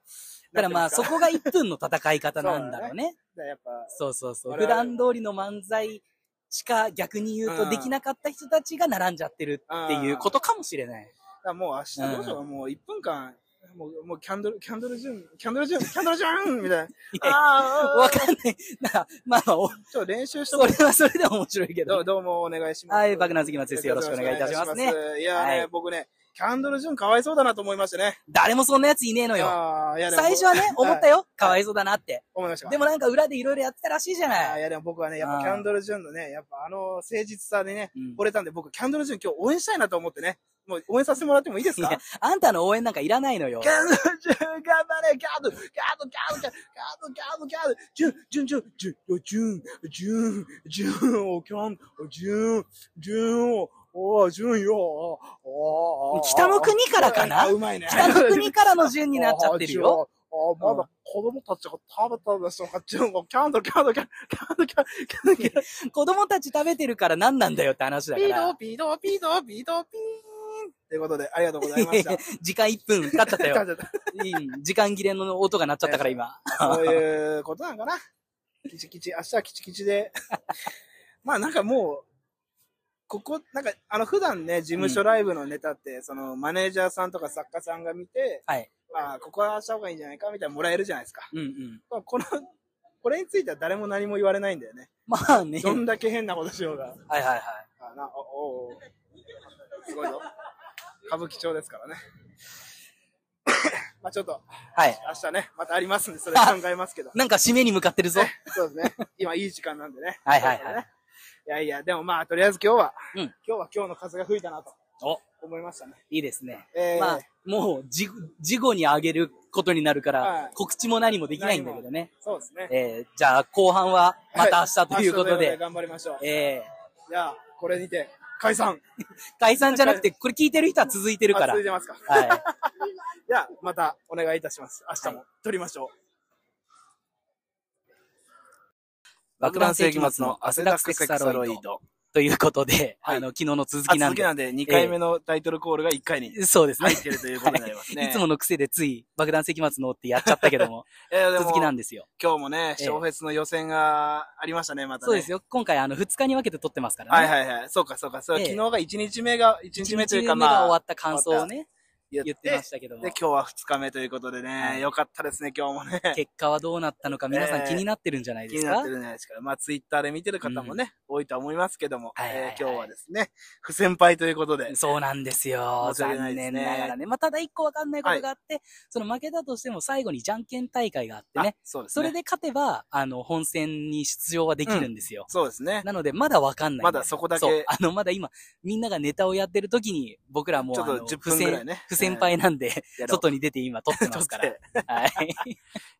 Speaker 1: だからまあ、
Speaker 2: な
Speaker 1: そ
Speaker 2: んてい
Speaker 1: こが1分の戦い方なんだろうね。
Speaker 2: うんですかだからやっ
Speaker 1: そうそうそう。
Speaker 2: 我
Speaker 1: 普
Speaker 2: 々
Speaker 1: 段通りの漫才しか逆に言う
Speaker 2: う
Speaker 1: と
Speaker 2: ん
Speaker 1: できなかった人たちが並んじゃってるっていうことかもしれない。
Speaker 2: ぱ、だからもう明日どうしよう、もう1分間、もう、もうキャンドル、キャンドルジュン、キャンドルジュン、キャンドルジュンみたい
Speaker 1: (laughs) い
Speaker 2: な。
Speaker 1: や
Speaker 2: あ
Speaker 1: わ
Speaker 2: あ、ち
Speaker 1: かんない。なまあ、お
Speaker 2: ょっと練習しと
Speaker 1: そ
Speaker 2: こ
Speaker 1: れはそれで面白いけ
Speaker 2: うど
Speaker 1: ど
Speaker 2: う。どうもお願いします。
Speaker 1: はい、爆弾好き松です。よろしくお願いいたしますね。。
Speaker 2: いやね、
Speaker 1: はい
Speaker 2: 僕ね、キャンドルジュンかわいそうだなと思いましたね。
Speaker 1: 誰もそんなやついねえのよ。
Speaker 2: ああ、いやでも
Speaker 1: 最初はね、
Speaker 2: 僕
Speaker 1: 思ったよ。かわいそうだなって。
Speaker 2: 思いました。
Speaker 1: でもなんか裏でいろいろやってたらしいじ
Speaker 2: あ
Speaker 1: ゃ
Speaker 2: ー
Speaker 1: ないい。
Speaker 2: やでも僕はね、やっ
Speaker 1: あ
Speaker 2: ぱ
Speaker 1: ー
Speaker 2: キャンドル・ジュンのね、やっぱあの誠実さでね、
Speaker 1: うん
Speaker 2: 惚れたんで僕、キャンドル・ジュン今日応援したいなと思ってね、もう応援させてもらってもいいです
Speaker 1: い
Speaker 2: か
Speaker 1: や、あんたの応援なんかいらないのよ
Speaker 2: キ。ャンドル・ジュン、頑張れキャンドル、キャンドル、キャンドル、キャンドル、キャンドル、キャンドル、ジュン、ジュン、ジュン、ジュン、ジュン、ジュン、ジュン、おキャン、ジュン、ジュン、おー、ジュンよ、おーおー、
Speaker 1: 北の国からか
Speaker 2: あ
Speaker 1: な
Speaker 2: うまいね。
Speaker 1: 北の国からの順になっちゃってるよ。
Speaker 2: (laughs) あー。あーまだ子供たちが食べたんですよ。ジュンキャンドル、キャンドル、キャンドル、キャンドル、キャンドル、キャンドル、
Speaker 1: 子供たち食べてるから何なんだよって話だか
Speaker 2: ピー
Speaker 1: ら
Speaker 2: ド。ピードピードピードピーンということで、ありがとうございま
Speaker 1: (laughs)
Speaker 2: した。
Speaker 1: 時間1分経っちゃっ
Speaker 2: (laughs)
Speaker 1: たよ。
Speaker 2: そ
Speaker 1: うん時間切れの音が鳴っちゃったから今。
Speaker 2: ういうことなんかな。キチキチ、明日はキチキチ
Speaker 1: (laughs)
Speaker 2: で。まあなんかもう、ここ、なんか、あの、普段ね、事務所ライブのネタって、その、マネージャーさんとか作家さんが見て、
Speaker 1: はい。
Speaker 2: まあ、ここはした方がいいんじゃないかみたいなのもらえるじゃないですか。
Speaker 1: うんうん。
Speaker 2: まあこの、これについては誰も何も言われないんだよ
Speaker 1: (laughs)
Speaker 2: ね。
Speaker 1: まあね。
Speaker 2: どんだけ変なことしようが。
Speaker 1: はいはいはい。
Speaker 2: あな、お、お、おすごいぞ。歌舞伎町ですからね。まあちょっと、
Speaker 1: はい。
Speaker 2: 明日ね、またありますんで、それ考えますけど。
Speaker 1: なんか締めに向かってるぞ。
Speaker 2: ねそうですね。今いい時間なんでね。
Speaker 1: はいはいはい
Speaker 2: い。いやいや、でもまあ、とりあえず今日は、
Speaker 1: うん
Speaker 2: 今日は今日の風が吹いたなと
Speaker 1: お、
Speaker 2: 思いましたね。
Speaker 1: いいですね。
Speaker 2: えー
Speaker 1: まあ、もう、じ、事後にあげることになるから、
Speaker 2: はい
Speaker 1: 告知も何もできないんだけどね。
Speaker 2: そうですね。
Speaker 1: えー、じゃあ、後半は、また明日ということで、
Speaker 2: はい明日という頑張りましょう。
Speaker 1: え
Speaker 2: じゃあ、これにて、解散。
Speaker 1: ー、解散じゃなくて、これ聞いてる人は続いてるか
Speaker 2: あ
Speaker 1: ら。
Speaker 2: 続い
Speaker 1: はい。 (laughs)
Speaker 2: てますか。じゃあ、またお願いいたします。明日も撮りましょう。
Speaker 1: 爆弾世紀末の汗だくサロイド。
Speaker 2: ド。
Speaker 1: ということで、
Speaker 2: はい
Speaker 1: あの、昨日の続
Speaker 2: あ
Speaker 1: きなん
Speaker 2: 続き
Speaker 1: で。
Speaker 2: なんで、2回目のタイトルコールが1回に
Speaker 1: そうですね。
Speaker 2: 入ってると (laughs) いうことになりますね。
Speaker 1: いつもの癖でつい爆弾石松のってやっちゃったけど
Speaker 2: (laughs)
Speaker 1: も、
Speaker 2: いやいやでも
Speaker 1: 続きなんですよ。
Speaker 2: 今日もね、
Speaker 1: ええ
Speaker 2: 小フェスの予選がありましたね、またね。
Speaker 1: そうです
Speaker 2: よ。
Speaker 1: よ。今回あの2日に分けて撮ってますからね。
Speaker 2: はいはいはい。そうかそうか。そう
Speaker 1: ええ
Speaker 2: 昨日が1日目が、1
Speaker 1: 1
Speaker 2: 日
Speaker 1: 日
Speaker 2: 目
Speaker 1: 目
Speaker 2: というかま
Speaker 1: が
Speaker 2: あ、
Speaker 1: 終わった感想をね、
Speaker 2: 言
Speaker 1: 言ってましたけども
Speaker 2: で、、今日は2日目ということで
Speaker 1: は
Speaker 2: ね、
Speaker 1: い
Speaker 2: よかったですね、今日もね。
Speaker 1: 結果はどうなったのか皆さん
Speaker 2: ええ
Speaker 1: 気になってるんじゃない
Speaker 2: 気
Speaker 1: で
Speaker 2: に
Speaker 1: す
Speaker 2: なっ
Speaker 1: か
Speaker 2: てるんじゃないですか。まあ、ツイッターで見てる方もね、多いとは思いますけども、
Speaker 1: はいはいはい
Speaker 2: えー今日はですね、不先輩ということで、
Speaker 1: そうなんですよ。
Speaker 2: 申し訳な
Speaker 1: 残
Speaker 2: いです
Speaker 1: 念
Speaker 2: ね
Speaker 1: ながらね。まあ、ただ一個わかんないことがあって、その負けたとしても最後にじゃんけん大会があってね
Speaker 2: あ。そうです
Speaker 1: そ
Speaker 2: ね。
Speaker 1: れで勝てば、あの、本戦に出場はできるんですよ。
Speaker 2: そうですね。
Speaker 1: なので、まだわかんないん
Speaker 2: ま
Speaker 1: よ。
Speaker 2: だそこだけ、ち
Speaker 1: そう
Speaker 2: ょ、
Speaker 1: あの、まだ今、みんながネタをやってる時に、僕らもう、
Speaker 2: っ
Speaker 1: あ
Speaker 2: と
Speaker 1: の
Speaker 2: 10
Speaker 1: 不
Speaker 2: 分ぐらい
Speaker 1: 先、
Speaker 2: ね。
Speaker 1: 不先輩なんで、
Speaker 2: えー、
Speaker 1: 外に出て今撮ってますか
Speaker 2: やろう
Speaker 1: ら。はい。
Speaker 2: い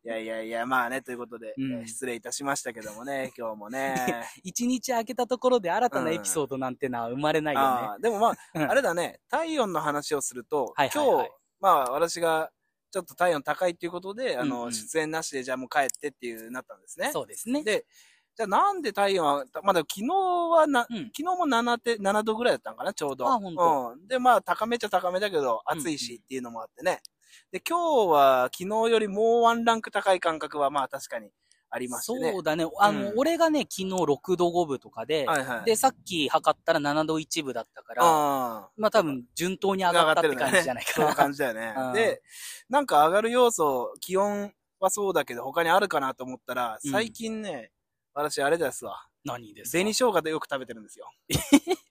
Speaker 2: やいやいや、まあね、ということで、
Speaker 1: うん
Speaker 2: えー失礼いたしましたけども
Speaker 1: (laughs)
Speaker 2: ね、今日もね。
Speaker 1: 一日空けたところで新たなエピソードなんてのは生まれないよね。
Speaker 2: あーでもま
Speaker 1: う
Speaker 2: あ、
Speaker 1: ん
Speaker 2: あれだね、体温の話をすると、
Speaker 1: はいはいはい
Speaker 2: 今日、まあ私が、ちょっと体温高いっていうことで、あの、
Speaker 1: うんうん
Speaker 2: 出演なしで、じゃあもう帰ってっていうなったんですね。
Speaker 1: そうですね。
Speaker 2: で、じゃあなんで体温は、まだ昨日はな、
Speaker 1: うん。
Speaker 2: 昨日も7て7度ぐらいだったんかな、ちょうど。
Speaker 1: あほんと
Speaker 2: うん。で、まあ、高めっちゃ高めだけど、暑いしっていうのもあってね。で、今日は昨日よりもうワンランク高い感覚は、まあ確かにありましてね。
Speaker 1: そうだね。あの、
Speaker 2: うん
Speaker 1: 俺がね、昨日6度5分とかで、
Speaker 2: はいはい。
Speaker 1: で、さっき測ったら7度1分だったから、
Speaker 2: あ
Speaker 1: まあ多分順当に上がったって感じじゃない
Speaker 2: あ、そんな
Speaker 1: かな。
Speaker 2: 感じだよね
Speaker 1: (laughs) うん。
Speaker 2: で、なんか上がる要素、気温はそうだけど、他にあるかなと思ったら、
Speaker 1: うん
Speaker 2: 最近ね、私あれですわ。
Speaker 1: 何ですか
Speaker 2: 紅生姜でよく食べてるんですよ。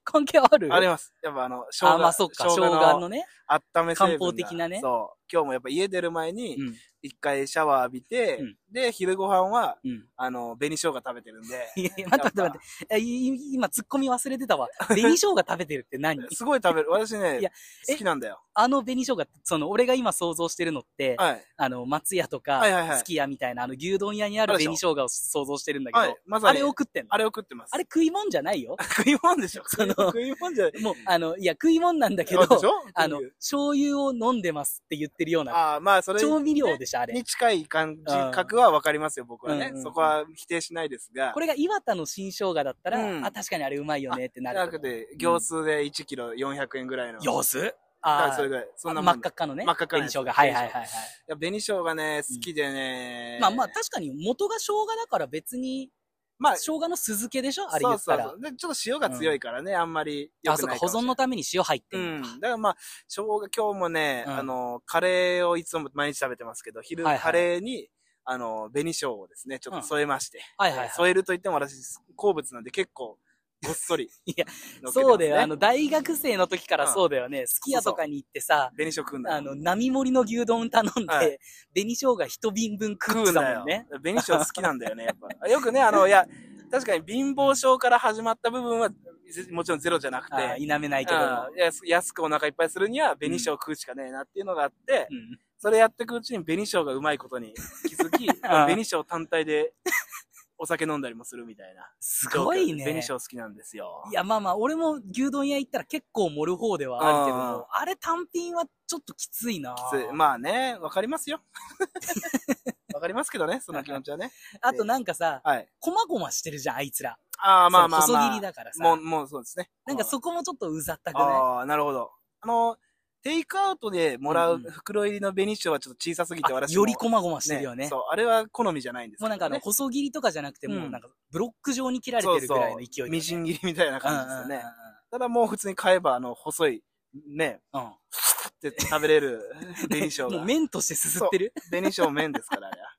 Speaker 1: 関係ある
Speaker 2: あります。やっぱあの、生
Speaker 1: あ、
Speaker 2: 姜。
Speaker 1: まあそっか、生姜のね。
Speaker 2: 温め成分
Speaker 1: 漢
Speaker 2: が
Speaker 1: 方的なね
Speaker 2: そう。今日もやっぱ家出る前に
Speaker 1: う、ん。
Speaker 2: 一回シャワー浴びて、
Speaker 1: うん
Speaker 2: で、昼ご飯は、
Speaker 1: うん。 (laughs)
Speaker 2: あの、紅生姜食べてるんで、
Speaker 1: いやいや、待って待って待って。いい今、突っ込み忘れ
Speaker 2: (laughs)
Speaker 1: てたわ。紅生姜食べてるって何
Speaker 2: すごい食べる。私ね
Speaker 1: いや、え
Speaker 2: 好きなんだよ。
Speaker 1: あの紅生姜って、その、俺が今想像してるのって、
Speaker 2: はい。
Speaker 1: あの、松屋と
Speaker 2: はいはいは
Speaker 1: か、
Speaker 2: い
Speaker 1: すき家みたいな、あの、牛丼屋にある
Speaker 2: あるでし
Speaker 1: 紅
Speaker 2: ょ
Speaker 1: 生姜を想像してるんだけ
Speaker 2: はい
Speaker 1: ど、。
Speaker 2: まさ
Speaker 1: あ
Speaker 2: に、
Speaker 1: れを食ってんの
Speaker 2: あれを食ってます。
Speaker 1: あれ食い物じゃな
Speaker 2: (laughs)
Speaker 1: いよ。
Speaker 2: 食い物でしょ
Speaker 1: その
Speaker 2: 食い物じゃない。
Speaker 1: もう、あの、いや、食い物なんだけ
Speaker 2: そうでし
Speaker 1: ど、
Speaker 2: ょ
Speaker 1: あの
Speaker 2: 食い、
Speaker 1: 醤油を飲んでますって言ってるような、
Speaker 2: ああ、まあ、それ
Speaker 1: 調味料でしょ、あれ
Speaker 2: に。近い感じ
Speaker 1: うん、
Speaker 2: 格はわかりますよ、僕はね
Speaker 1: うんうんう。ん
Speaker 2: そこは否定しないですが。
Speaker 1: これが岩田の新生姜だった
Speaker 2: う
Speaker 1: ら、
Speaker 2: ん
Speaker 1: あ、確かにあれうまいよねってな
Speaker 2: じ
Speaker 1: る
Speaker 2: ゃ
Speaker 1: と
Speaker 2: な
Speaker 1: 思
Speaker 2: く
Speaker 1: う。
Speaker 2: て、行数で1キロ400円ぐらいの。
Speaker 1: 様子
Speaker 2: あ
Speaker 1: あ
Speaker 2: それぐらい。そ
Speaker 1: あ、
Speaker 2: んなも
Speaker 1: 真っ
Speaker 2: ん。い
Speaker 1: 赤っかのね。
Speaker 2: 真っ赤っかのや
Speaker 1: 紅
Speaker 2: つ
Speaker 1: 生姜。はいはいはいはい。
Speaker 2: や、紅生姜ね、好きでね。
Speaker 1: まあまあ、確かに元が生姜だから別に、
Speaker 2: まあ
Speaker 1: 生、姜の酢漬けでしょあれ言ったら
Speaker 2: そう。そうそうで、ちょっと塩が強いからね、あんまり良
Speaker 1: あ、
Speaker 2: く
Speaker 1: そう
Speaker 2: な
Speaker 1: か、
Speaker 2: いも
Speaker 1: 保
Speaker 2: しれ
Speaker 1: 存のために塩入って
Speaker 2: ない。
Speaker 1: る
Speaker 2: うん。だからまあ、生姜、今日もね、
Speaker 1: うん
Speaker 2: あの、カレーをいつも毎日食べてますけど、昼、
Speaker 1: はいはい
Speaker 2: カレーに、あの、紅生姜をですね、ちょっと添えまして。
Speaker 1: はいはいはい
Speaker 2: 添えると言っても私、好物なんで結構、ごっそり
Speaker 1: (laughs) 。い
Speaker 2: 乗っけ
Speaker 1: や
Speaker 2: てますね、
Speaker 1: そうだよ、あの、大学生の時から
Speaker 2: うん
Speaker 1: そうだよね。すき家とかに行ってさ、
Speaker 2: 紅生姜食うんだよ
Speaker 1: あの、並盛りの牛丼頼ん
Speaker 2: は
Speaker 1: で、紅生姜一瓶分食っ
Speaker 2: 食う
Speaker 1: て
Speaker 2: んだ
Speaker 1: たも
Speaker 2: よ
Speaker 1: んね。。
Speaker 2: 紅生姜好きなんだよね、やっぱ。 (laughs) よくね、あの、いや、確かに貧乏症から始まった部分は、もちろんゼロじゃなくて、
Speaker 1: あ否めないけども。
Speaker 2: うん安安くお腹いっぱいするには、紅生姜食うしかねえなっていうのがあって、
Speaker 1: うん
Speaker 2: それやってくうちに紅生姜がうまいことに気づ
Speaker 1: (laughs)
Speaker 2: き、紅生姜単体でお酒飲んだりもするみたいな。
Speaker 1: す
Speaker 2: す
Speaker 1: ごいね。
Speaker 2: 紅生姜好きなんですよ
Speaker 1: い。や、まあまあ、俺も牛丼屋行ったら結構盛る方ではあるけど
Speaker 2: うん
Speaker 1: も、あれ単品はちょっときついな。
Speaker 2: きついまあね、わかり
Speaker 1: (laughs)
Speaker 2: ますよ。わかりますけどね、その気持ちはね。
Speaker 1: あとなんかさ、
Speaker 2: はい。
Speaker 1: こまごましてるじゃん、あいつら。
Speaker 2: ああ、まあまあ
Speaker 1: その
Speaker 2: まあ。
Speaker 1: 細切りだからさ。
Speaker 2: もう、もうそうですね。
Speaker 1: なんかそこもちょっとうざったくない
Speaker 2: ああ、なるほど。あの、テイクアウトでもら
Speaker 1: う
Speaker 2: うん
Speaker 1: うん
Speaker 2: 袋入りの紅生姜はちょっと小さすぎて
Speaker 1: あ
Speaker 2: 私も。
Speaker 1: よりこまごましてるよね。
Speaker 2: そう、あれは好みじゃないんです
Speaker 1: もうなんかあの、
Speaker 2: ね
Speaker 1: 細切りとかじゃなくて、もううんなんか、ブロック状に切られてるぐらいの勢い
Speaker 2: そうそう
Speaker 1: だね。
Speaker 2: みじん切りみたいな感じですよね。ただもう普通に買えば、あの、細い、
Speaker 1: (laughs)
Speaker 2: ね、
Speaker 1: うんうんうん。
Speaker 2: って食べれる紅生姜。
Speaker 1: もう麺としてすすってる
Speaker 2: 紅生姜麺ですから、あれは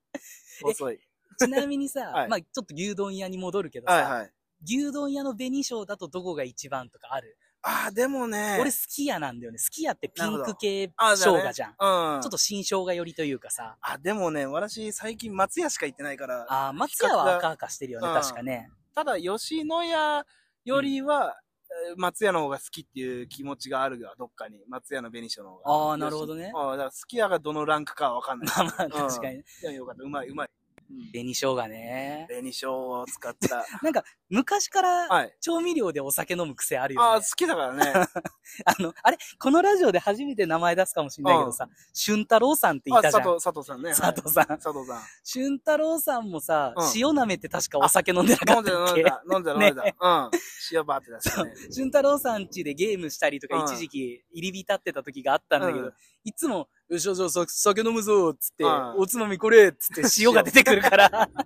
Speaker 2: 細
Speaker 1: (laughs)
Speaker 2: い。
Speaker 1: ちなみにさ、
Speaker 2: はい
Speaker 1: まあちょっと牛丼屋に戻るけどさ、
Speaker 2: はいはい。
Speaker 1: 牛丼屋の紅生だとどこが一番とかある
Speaker 2: あー、でもね。
Speaker 1: 俺、すき家なんだよね。すき家ってピンク系
Speaker 2: あ
Speaker 1: 生姜じゃん。ち
Speaker 2: ゃうん。
Speaker 1: ょっと新生姜寄りというかさ。
Speaker 2: あ、でもね、私、最近松屋しか行ってないから、
Speaker 1: ああ、松屋は赤々してるよね、
Speaker 2: うん
Speaker 1: 確かね。
Speaker 2: ただ、吉野家よりは、えー松屋の方が好きっていう気持ちがあるが、どっかに。松屋の紅しょの方が。
Speaker 1: ああ、なるほどね。
Speaker 2: ああ、だから、すき家がどのランクかはわかんない。 (laughs)
Speaker 1: (laughs) まあまあ、確かに。
Speaker 2: でもよかった。うまい、うまい。
Speaker 1: 紅生姜ね。
Speaker 2: 紅しょを使った。
Speaker 1: なんか、昔から
Speaker 2: はい。
Speaker 1: 調味料でお酒飲む癖ある
Speaker 2: あ
Speaker 1: よ
Speaker 2: あ、
Speaker 1: ね
Speaker 2: 好。きだ
Speaker 1: (laughs)
Speaker 2: からね。
Speaker 1: あの、あれこのラジオで初めて名前出すかもしれないけどさ、俊太郎さんってい
Speaker 2: あ、
Speaker 1: たじ
Speaker 2: 佐
Speaker 1: ゃん。
Speaker 2: 藤、佐藤さんね。
Speaker 1: 佐藤さ
Speaker 2: はい
Speaker 1: ん。
Speaker 2: 佐藤さん。
Speaker 1: 俊太郎さんもさ、
Speaker 2: うん
Speaker 1: 塩舐めて確かお酒飲んでなか
Speaker 2: 飲
Speaker 1: っ
Speaker 2: んで
Speaker 1: た
Speaker 2: た、
Speaker 1: っ
Speaker 2: 飲ん
Speaker 1: け
Speaker 2: でた、飲んでた、飲んでた。うん。塩バーって出してね。
Speaker 1: (laughs) 俊太郎さん家でゲームしたりとか
Speaker 2: うん
Speaker 1: 一時期入り浸ってた時があったんだけど、
Speaker 2: うん
Speaker 1: いつも、よしよしよし、酒飲むぞっつって、
Speaker 2: うん
Speaker 1: おつまみこれっ
Speaker 2: (laughs)
Speaker 1: つって塩が出てくるから、 (laughs)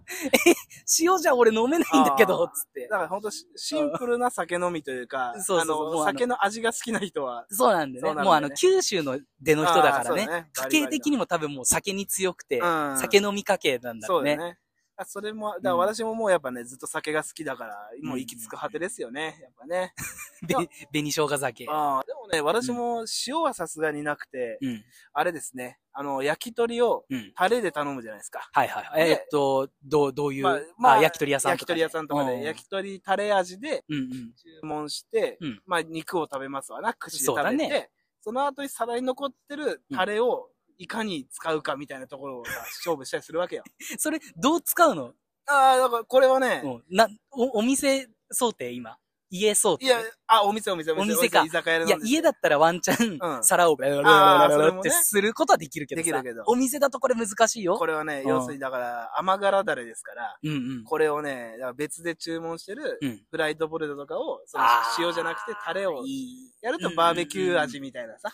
Speaker 1: え、塩じゃ俺飲めないんだけど
Speaker 2: あー
Speaker 1: っつって
Speaker 2: だ。からほんとシシンプルな酒飲みというか、
Speaker 1: うんそうそうそう
Speaker 2: あ
Speaker 1: もう
Speaker 2: の、
Speaker 1: あの
Speaker 2: 酒の味が好きな人は、
Speaker 1: そうなんでね
Speaker 2: そうなんだよね
Speaker 1: もうあの、九州の出の人だから
Speaker 2: あーそう
Speaker 1: ね。
Speaker 2: だね
Speaker 1: 家系的にも多分もう酒に強くて、
Speaker 2: うん
Speaker 1: 酒飲み家系なんだろ
Speaker 2: そうう
Speaker 1: ね
Speaker 2: だ。ね。あそれも、だから私ももうやっぱね、ずっと酒が好きだから、もう行き着く果てですよね、やっぱね。
Speaker 1: べ
Speaker 2: いや
Speaker 1: 紅生姜酒。
Speaker 2: ああ、でもね、私も塩はさすがになくて、
Speaker 1: うん。
Speaker 2: あれですね、あの、焼き鳥を
Speaker 1: うん。
Speaker 2: タレで頼むじゃないですか。
Speaker 1: はいはいはい。え
Speaker 2: で
Speaker 1: ーっと、どう、どういう、
Speaker 2: ま
Speaker 1: あ
Speaker 2: あまあ
Speaker 1: 焼き鳥屋さん
Speaker 2: 焼
Speaker 1: と
Speaker 2: き
Speaker 1: か
Speaker 2: 鳥
Speaker 1: で。
Speaker 2: 屋さんとか
Speaker 1: うん
Speaker 2: で、焼き鳥タレ味で
Speaker 1: うんうん。
Speaker 2: 注文して、
Speaker 1: うん
Speaker 2: まあ肉を食べますわな、口で
Speaker 1: そうだ
Speaker 2: 食べ
Speaker 1: ね
Speaker 2: て、その後に皿に残ってるタレをいかに使うかみたいなところ
Speaker 1: (laughs)
Speaker 2: をさ勝負したりするわけよ。
Speaker 1: それ、どう使うの
Speaker 2: ああ、だからこれはね、
Speaker 1: うんな、お、お店想定今。家想定。
Speaker 2: いや、あ、お店お店お店。
Speaker 1: お店か
Speaker 2: 居酒屋で
Speaker 1: い
Speaker 2: 飲
Speaker 1: や
Speaker 2: んでて
Speaker 1: 家だったらワンチャ
Speaker 2: う
Speaker 1: ン、
Speaker 2: ん
Speaker 1: 皿をブラブラブラブラブラってすることはできるけど
Speaker 2: でき
Speaker 1: さ
Speaker 2: るけど。
Speaker 1: お店だとこれ難しいよ
Speaker 2: こ。れはね、
Speaker 1: うん
Speaker 2: 要するにだから、甘辛だれですから、
Speaker 1: うんうん。
Speaker 2: これをね、だから別で注文してる
Speaker 1: うん。
Speaker 2: フライドポテトとかを、その
Speaker 1: あー
Speaker 2: 塩じゃなくてタレを
Speaker 1: いい
Speaker 2: やるとバーベキュー味みたいなさ、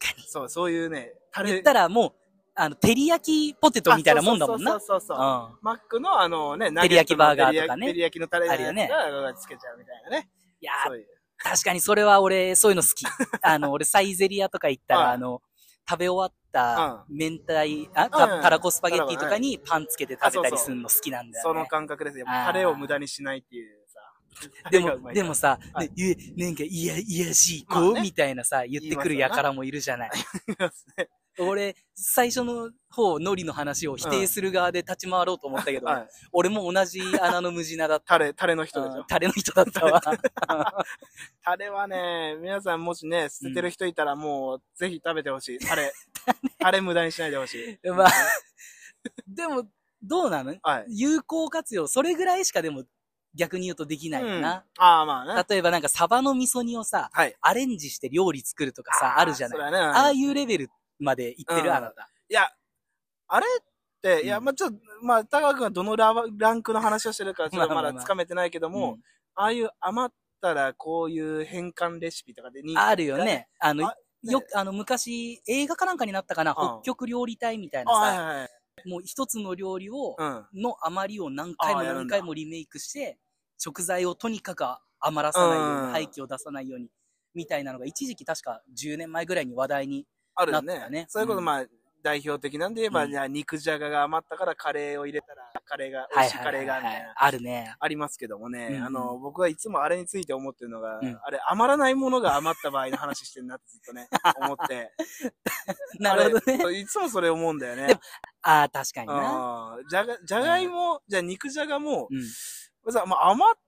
Speaker 1: 確かに。
Speaker 2: そう、そういうね、タレ。
Speaker 1: 言ったらもう、あの、照り焼きポテトみたいなもんだもんな。
Speaker 2: あ
Speaker 1: う
Speaker 2: そうそうそうそうそう。
Speaker 1: ん。
Speaker 2: マックのあのね、
Speaker 1: 照り焼きバーガーとかね
Speaker 2: 照り焼きのタレ
Speaker 1: あるよね
Speaker 2: がつけちゃうみたいなね。
Speaker 1: いやー
Speaker 2: そういう。
Speaker 1: 確かにそれは俺、そういうの好
Speaker 2: (laughs)
Speaker 1: き。あの、俺、サイゼリアとか行ったら、
Speaker 2: はい
Speaker 1: あの、食べ終わった、明太、あ、
Speaker 2: う
Speaker 1: た
Speaker 2: ん
Speaker 1: たらこスパゲッティとかにパンつけて食べた
Speaker 2: あ
Speaker 1: り
Speaker 2: そうそう
Speaker 1: するの好きなんだ
Speaker 2: そ
Speaker 1: よ
Speaker 2: の
Speaker 1: ね。
Speaker 2: 感覚ですよ。
Speaker 1: あー
Speaker 2: タレを無駄にしないっていうさ。
Speaker 1: (laughs) で
Speaker 2: (laughs) タレがうま
Speaker 1: も、
Speaker 2: い
Speaker 1: でもさ、
Speaker 2: は
Speaker 1: ね
Speaker 2: い
Speaker 1: ゆえなんか、いや、いやしい子、
Speaker 2: まあね
Speaker 1: みたいなさ、言ってくる
Speaker 2: 言いますよ
Speaker 1: や
Speaker 2: な
Speaker 1: からもいるじゃない。
Speaker 2: からね
Speaker 1: 俺、最初の方、ノリの話を否定する側で立ち回ろうと思ったけ
Speaker 2: (laughs)
Speaker 1: ど、
Speaker 2: はい。
Speaker 1: 俺も同じ穴の無地なだった。
Speaker 2: タレ、タレの人でし
Speaker 1: あ
Speaker 2: ょ
Speaker 1: ー。タレの人だった
Speaker 2: (laughs)
Speaker 1: わ。
Speaker 2: タレはね、皆さんもしね、捨ててる人いたらもう、ぜひ食べてほしい。タ
Speaker 1: (laughs)
Speaker 2: レ。タレ無駄にしないでほしい。
Speaker 1: まあ、でも、どうなの
Speaker 2: はい。
Speaker 1: 有効活用、それぐらいしかでも逆に言うとできないよ
Speaker 2: うんあ
Speaker 1: な。
Speaker 2: あ、まあね。
Speaker 1: 例えばなんかサバの味噌煮をさ、
Speaker 2: はい。
Speaker 1: アレンジして料理作るとかさ、あるじゃない。
Speaker 2: そ
Speaker 1: あ
Speaker 2: れはね。
Speaker 1: あ
Speaker 2: い
Speaker 1: いうレベルまでいってる、
Speaker 2: うん
Speaker 1: あなた。
Speaker 2: や、あれって、いうや、
Speaker 1: ん
Speaker 2: まあちょっと、まあ、高君はどのラランクの話をしてるか、ちょっと
Speaker 1: まあ
Speaker 2: ま
Speaker 1: まあ
Speaker 2: だ
Speaker 1: まあ
Speaker 2: つかめてないけども、
Speaker 1: うん
Speaker 2: ああいう余ったら、こういう変換レシピとかで人気
Speaker 1: あるよね。あの、
Speaker 2: あね
Speaker 1: よく、あの、昔、映画かなんかになったかな、
Speaker 2: うん
Speaker 1: 北極料理隊みたい
Speaker 2: あ
Speaker 1: な
Speaker 2: はい
Speaker 1: さ、
Speaker 2: はいはい。
Speaker 1: もう一つの料理を、
Speaker 2: うん。
Speaker 1: の余りを何回も
Speaker 2: あーやる
Speaker 1: 何
Speaker 2: んだ
Speaker 1: 回もリメイクして、食材をとにかく余らさないよう
Speaker 2: う
Speaker 1: に、
Speaker 2: ん
Speaker 1: 廃棄を出さないように、みたいなのが一時期確か10年前ぐらいに話題に
Speaker 2: あるよ
Speaker 1: なった
Speaker 2: ね。
Speaker 1: ね
Speaker 2: そういうこ
Speaker 1: う
Speaker 2: と、
Speaker 1: ん
Speaker 2: まあ、代表的なんで言えば、
Speaker 1: うん
Speaker 2: じゃあ肉じゃがが余ったからカレーを入れたら、カレーが、美味しいカレーが、みたいな。
Speaker 1: あるね。
Speaker 2: ありますけどもね、
Speaker 1: うん
Speaker 2: あの、僕はいつもあれについて思ってるのが、
Speaker 1: うん
Speaker 2: あれ、余らないものが余った場合の話してるなってずっとね、
Speaker 1: (laughs)
Speaker 2: 思って。
Speaker 1: (laughs) なるほどね。
Speaker 2: あれいつもそれ思うんだよね。
Speaker 1: でもああ、確かにな。
Speaker 2: うんじゃが、じゃがいも、じゃあ肉じゃがも
Speaker 1: う、ん。
Speaker 2: まあ、まあ余っ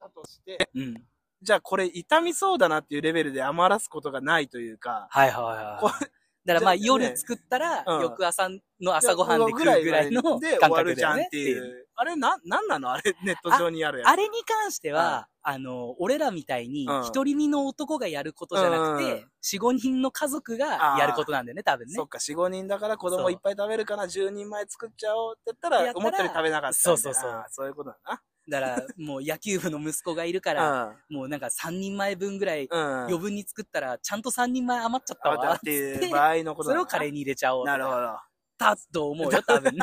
Speaker 2: たとして、
Speaker 1: うん。
Speaker 2: じゃあこれ痛みそうだなっていうレベルで余らすことがないというか、
Speaker 1: はいはいはい
Speaker 2: こ
Speaker 1: はい。だからまあ
Speaker 2: じゃ
Speaker 1: 夜作ったら、
Speaker 2: うん
Speaker 1: 翌朝の朝ごはんで食うぐらいの
Speaker 2: で終
Speaker 1: 感
Speaker 2: わ
Speaker 1: 覚
Speaker 2: る
Speaker 1: だ
Speaker 2: じゃ
Speaker 1: よ
Speaker 2: ん
Speaker 1: ね
Speaker 2: っ。ていう。あれ、な、なんなのあれ、ネット上にあるやつ。
Speaker 1: あれに関しては、あの、俺らみたいに
Speaker 2: うん、
Speaker 1: 一人身の男がやることじゃなく
Speaker 2: う
Speaker 1: て
Speaker 2: ん、
Speaker 1: 四五人の家族がやることなんだよね、多分ね
Speaker 2: そ。っか、4、5人だから子供
Speaker 1: そう
Speaker 2: いっぱい食べるから10人前作っちゃおうって言った
Speaker 1: や
Speaker 2: ら、
Speaker 1: ったら
Speaker 2: 思ったより食べなかったみたいな。
Speaker 1: そうそうそう
Speaker 2: あーそういうことだ
Speaker 1: だから、もう野球部の息子がいるから、
Speaker 2: な。
Speaker 1: もうなんか三人前分ぐらい、
Speaker 2: うん。うん。
Speaker 1: 余分に作ったら、ちゃんと三人前余っちゃった
Speaker 2: あた
Speaker 1: わ
Speaker 2: っ。ていう場合のこと
Speaker 1: そ
Speaker 2: だ
Speaker 1: れ
Speaker 2: な
Speaker 1: をカレーに入れちゃおう
Speaker 2: な
Speaker 1: とか。
Speaker 2: るほど。
Speaker 1: だ
Speaker 2: (laughs)
Speaker 1: と思うよ、多分ね。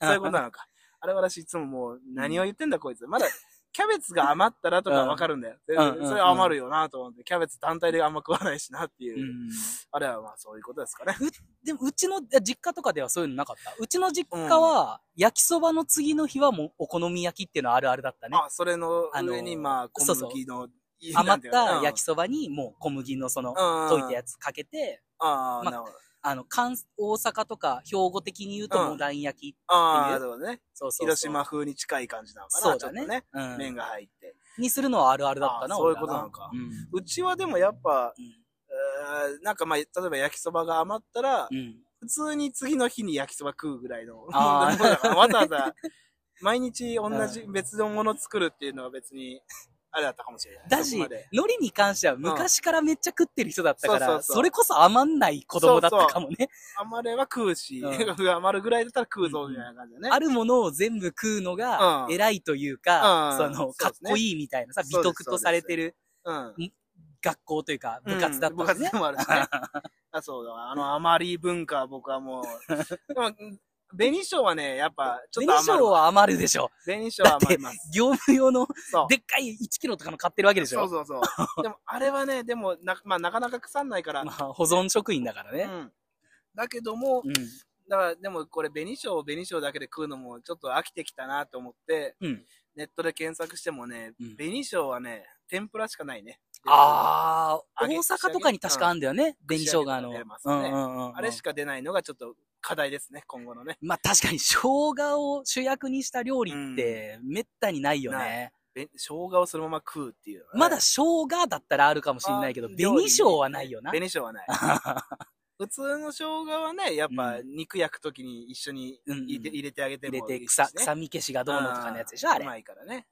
Speaker 2: そういうことなのか。あれ私いつももう何を言ってんだこいつ。まだ、キャベツが余ったらとかわかるんだよ。
Speaker 1: ん
Speaker 2: 全
Speaker 1: うん
Speaker 2: 然それ余るよなと思って、キャベツ単体であんま食わないしなっていうう。
Speaker 1: ん
Speaker 2: あれはまあそういうことですかね。
Speaker 1: でも、うちのえ実家とかではそういうのなかった。うちの実家は、焼きそばの次の日はもうお好み焼きっていうのはあるあるだったね。
Speaker 2: あ、それの
Speaker 1: あの
Speaker 2: 上にまあ小
Speaker 1: そうそう
Speaker 2: 麦の
Speaker 1: 余った焼き
Speaker 2: き
Speaker 1: そばにもう小麦のその、
Speaker 2: そ
Speaker 1: 溶いたやつかけて、
Speaker 2: ああ、
Speaker 1: ま
Speaker 2: なるほど。
Speaker 1: あの、関、大阪とか兵庫的に言うと
Speaker 2: うん
Speaker 1: モダン焼き。
Speaker 2: ああ、なるほどね。
Speaker 1: そうそうそう。
Speaker 2: 広島風に近い感じなのかな。
Speaker 1: そうだ
Speaker 2: ちょっとね
Speaker 1: ね。。う
Speaker 2: 麺
Speaker 1: ん。
Speaker 2: が入って。
Speaker 1: にするのはあるあるだったな、
Speaker 2: あーそういう
Speaker 1: 俺ら
Speaker 2: ことなのか
Speaker 1: うん
Speaker 2: うちはでもやっぱ、
Speaker 1: うん
Speaker 2: えーなんかまあ、例えば焼きそばが余ったら、
Speaker 1: うん。
Speaker 2: 普通に次の日に焼きそば食うぐらいの。
Speaker 1: あー
Speaker 2: だからわざわ
Speaker 1: (laughs)
Speaker 2: ざ、毎日同じ別のもの作るっていうのは別に、あれだったかもしれない。
Speaker 1: だ
Speaker 2: そ
Speaker 1: し、
Speaker 2: こ
Speaker 1: 海
Speaker 2: まで
Speaker 1: 苔に関しては昔からめっちゃ食ってる人だったか
Speaker 2: そうそう
Speaker 1: ら、
Speaker 2: そう
Speaker 1: それこそ余んない子供だったかもね。
Speaker 2: 余れば食うし、
Speaker 1: うん
Speaker 2: 余るぐらいだったら食うぞみたいな感じだね。
Speaker 1: あるものを全部食うのが
Speaker 2: う、ん
Speaker 1: 偉いというか、
Speaker 2: うん
Speaker 1: その、
Speaker 2: そう
Speaker 1: かっ
Speaker 2: ですね
Speaker 1: こいいみたいなさ、美
Speaker 2: そうです
Speaker 1: 徳とされてる
Speaker 2: うん。
Speaker 1: 学校というか、部活だっ
Speaker 2: う
Speaker 1: た
Speaker 2: んん
Speaker 1: で
Speaker 2: 部活
Speaker 1: すね。
Speaker 2: でもあるしね。 (laughs) あ、そうだわ。あの、余り文化は僕はもう。でも、紅章はね、やっぱ、ちょっと
Speaker 1: 紅
Speaker 2: 余
Speaker 1: 賞
Speaker 2: るわ。
Speaker 1: は余るでしょ。
Speaker 2: 紅章は余ります。
Speaker 1: 業務用の
Speaker 2: そう。
Speaker 1: でっかい1キロとかの買ってるわけでし
Speaker 2: そう
Speaker 1: ょ。
Speaker 2: そう
Speaker 1: (laughs)
Speaker 2: そう。でも、あれはね、でも、な、まあ、なかなか腐んないから。
Speaker 1: まあ、保存職員だから
Speaker 2: う
Speaker 1: ね。
Speaker 2: ん。だけども
Speaker 1: う、ん。
Speaker 2: だから、でもこれ、紅章を紅章だけで食うのも、ちょっと飽きてきたなと思って、
Speaker 1: うん。
Speaker 2: ネットで検索してもね
Speaker 1: うん、
Speaker 2: 紅章はね、天ぷらしかないね。
Speaker 1: ああ、
Speaker 2: 揚げ
Speaker 1: 大阪とかに確かあんだよね。紅生姜
Speaker 2: 串揚げ
Speaker 1: の。
Speaker 2: とか出ますね
Speaker 1: うんうんうん。
Speaker 2: あれしか出ないのがちょっと課題ですね、今後のね。
Speaker 1: まあ確かに生姜を主役にした料理ってめったにないよね。
Speaker 2: べ生姜をそのまま食うっていうのはね、
Speaker 1: まだ生姜だったらあるかもしれないけど、紅生姜はないよな。
Speaker 2: 紅生姜はない。 (laughs) 普通の生姜はね、やっぱ
Speaker 1: う
Speaker 2: 肉焼くときに一緒に
Speaker 1: うんうん
Speaker 2: 入れ,、入れてあげて
Speaker 1: 入
Speaker 2: もい
Speaker 1: れ
Speaker 2: いし、ね。
Speaker 1: て草、臭み消しがどうのとかのやつでしょあれ
Speaker 2: う。まいからね。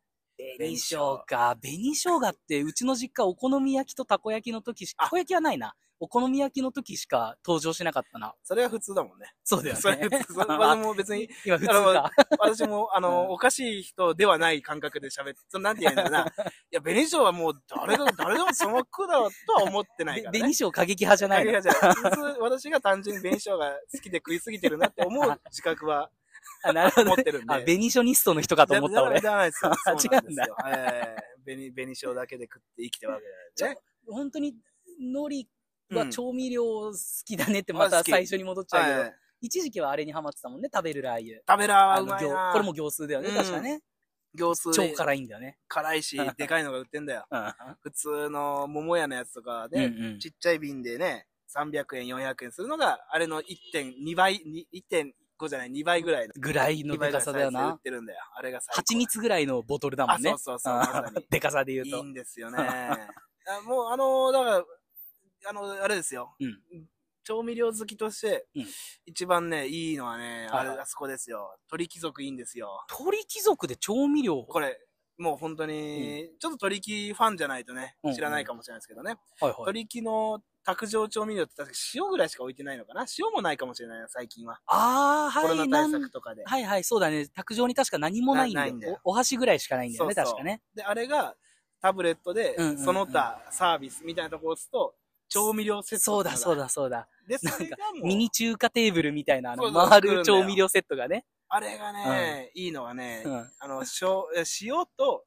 Speaker 1: 紅生姜。紅生姜って、うちの実家お好み焼きとたこ焼きの時しか、
Speaker 2: あ
Speaker 1: たこ焼きはないな。お好み焼きの時しか登場しなかったな。
Speaker 2: それは普通だもんね。
Speaker 1: そうだよね。
Speaker 2: (laughs) それ普通。私も別
Speaker 1: (laughs)
Speaker 2: に、
Speaker 1: 今普通
Speaker 2: あの
Speaker 1: か。
Speaker 2: 私も、あの、
Speaker 1: うん
Speaker 2: おかしい人ではない感覚で喋って、そのなんて言うんだろうな。いや、紅生姜はもう誰が、誰でもその食うだろうとは思ってない
Speaker 1: で
Speaker 2: からね。
Speaker 1: (laughs) 紅生姜過激派じゃないの
Speaker 2: いやいや普通、私が単純に紅生姜が好きで食いすぎてるなって
Speaker 1: (laughs)
Speaker 2: 思う自覚は
Speaker 1: あ、なるほど
Speaker 2: 持っ。てるんで。
Speaker 1: あ、紅ショニストの人かと思った俺
Speaker 2: じ。ゃないですよ。
Speaker 1: あ
Speaker 2: そうなんですよ
Speaker 1: (laughs) 違う。
Speaker 2: ええ紅、紅生だけで食って生きてるわけじゃ
Speaker 1: (laughs)
Speaker 2: ないね。
Speaker 1: 本当に、海苔
Speaker 2: う
Speaker 1: は
Speaker 2: ん
Speaker 1: 調味料好きだねってま
Speaker 2: あ
Speaker 1: た
Speaker 2: 好き
Speaker 1: 最初に戻っちゃうけど、
Speaker 2: はい
Speaker 1: 一時期はあれにハマってたもんね、食べるラー油。
Speaker 2: 食べらは
Speaker 1: あ
Speaker 2: う
Speaker 1: の
Speaker 2: まい
Speaker 1: 行
Speaker 2: な。
Speaker 1: これも行数だよね、
Speaker 2: うん
Speaker 1: 確かね。
Speaker 2: 行数
Speaker 1: 超
Speaker 2: で
Speaker 1: 辛いんだよね。
Speaker 2: 辛いし、
Speaker 1: (laughs)
Speaker 2: でかいのが売ってんだよ。
Speaker 1: うん。
Speaker 2: 普通の桃屋のやつとか
Speaker 1: うんう
Speaker 2: で、
Speaker 1: ん
Speaker 2: ちっちゃい瓶でね、300円、400円するのが、あれの1.2倍、に1.5じゃない、2倍ぐらいの。
Speaker 1: ぐらいの
Speaker 2: 2倍ぐ
Speaker 1: デから
Speaker 2: い
Speaker 1: さだよ
Speaker 2: サイズで売
Speaker 1: な
Speaker 2: っ。てるんだよ。あれが最高
Speaker 1: 蜂蜜ぐらいのボトルだもんね
Speaker 2: あ、。そうそうそう、まさに。
Speaker 1: でかさで言う
Speaker 2: いい
Speaker 1: と。
Speaker 2: んですよね。 (laughs) あもう、あの、だから、あの、あれですよ。
Speaker 1: うん
Speaker 2: 調味料好きとして、
Speaker 1: うん
Speaker 2: 一番ね、いいのはね、あ
Speaker 1: はい
Speaker 2: れ、
Speaker 1: はい
Speaker 2: あそこですよ。鳥貴族いいんですよ。
Speaker 1: 鳥貴族で調味料
Speaker 2: これ、もう本当に、ちょっと鳥貴ファンじゃないとね
Speaker 1: うんう、ん
Speaker 2: 知らないかもしれないですけどね。
Speaker 1: はいはい。
Speaker 2: 鳥貴の卓上調味料って確か塩ぐらいしか置いてないのかな塩もないかもしれないな、最近は。
Speaker 1: ああ、
Speaker 2: コ
Speaker 1: は
Speaker 2: ロ
Speaker 1: い、
Speaker 2: ナ
Speaker 1: な
Speaker 2: 対
Speaker 1: ん
Speaker 2: 策とかで。
Speaker 1: はいはい、そうだね。卓上に確か何もないんだ
Speaker 2: な
Speaker 1: よ。
Speaker 2: ないんだよ
Speaker 1: おお箸ぐらいしかないんだよね、
Speaker 2: そうそう
Speaker 1: 確かね。
Speaker 2: で、あれが、タブレットで
Speaker 1: うんうんうん、
Speaker 2: その他、サービスみたいなとこ押すと、調味料セット。
Speaker 1: そうだそう
Speaker 2: だ。
Speaker 1: だそうだ。
Speaker 2: で、それがもう、
Speaker 1: (laughs) ミニ中華テーブルみたいな、あ
Speaker 2: そ
Speaker 1: の、
Speaker 2: うそう
Speaker 1: 回る調味料セットがね。
Speaker 2: あれがね、いいのはね、
Speaker 1: うん。うん
Speaker 2: あの、塩、え塩と、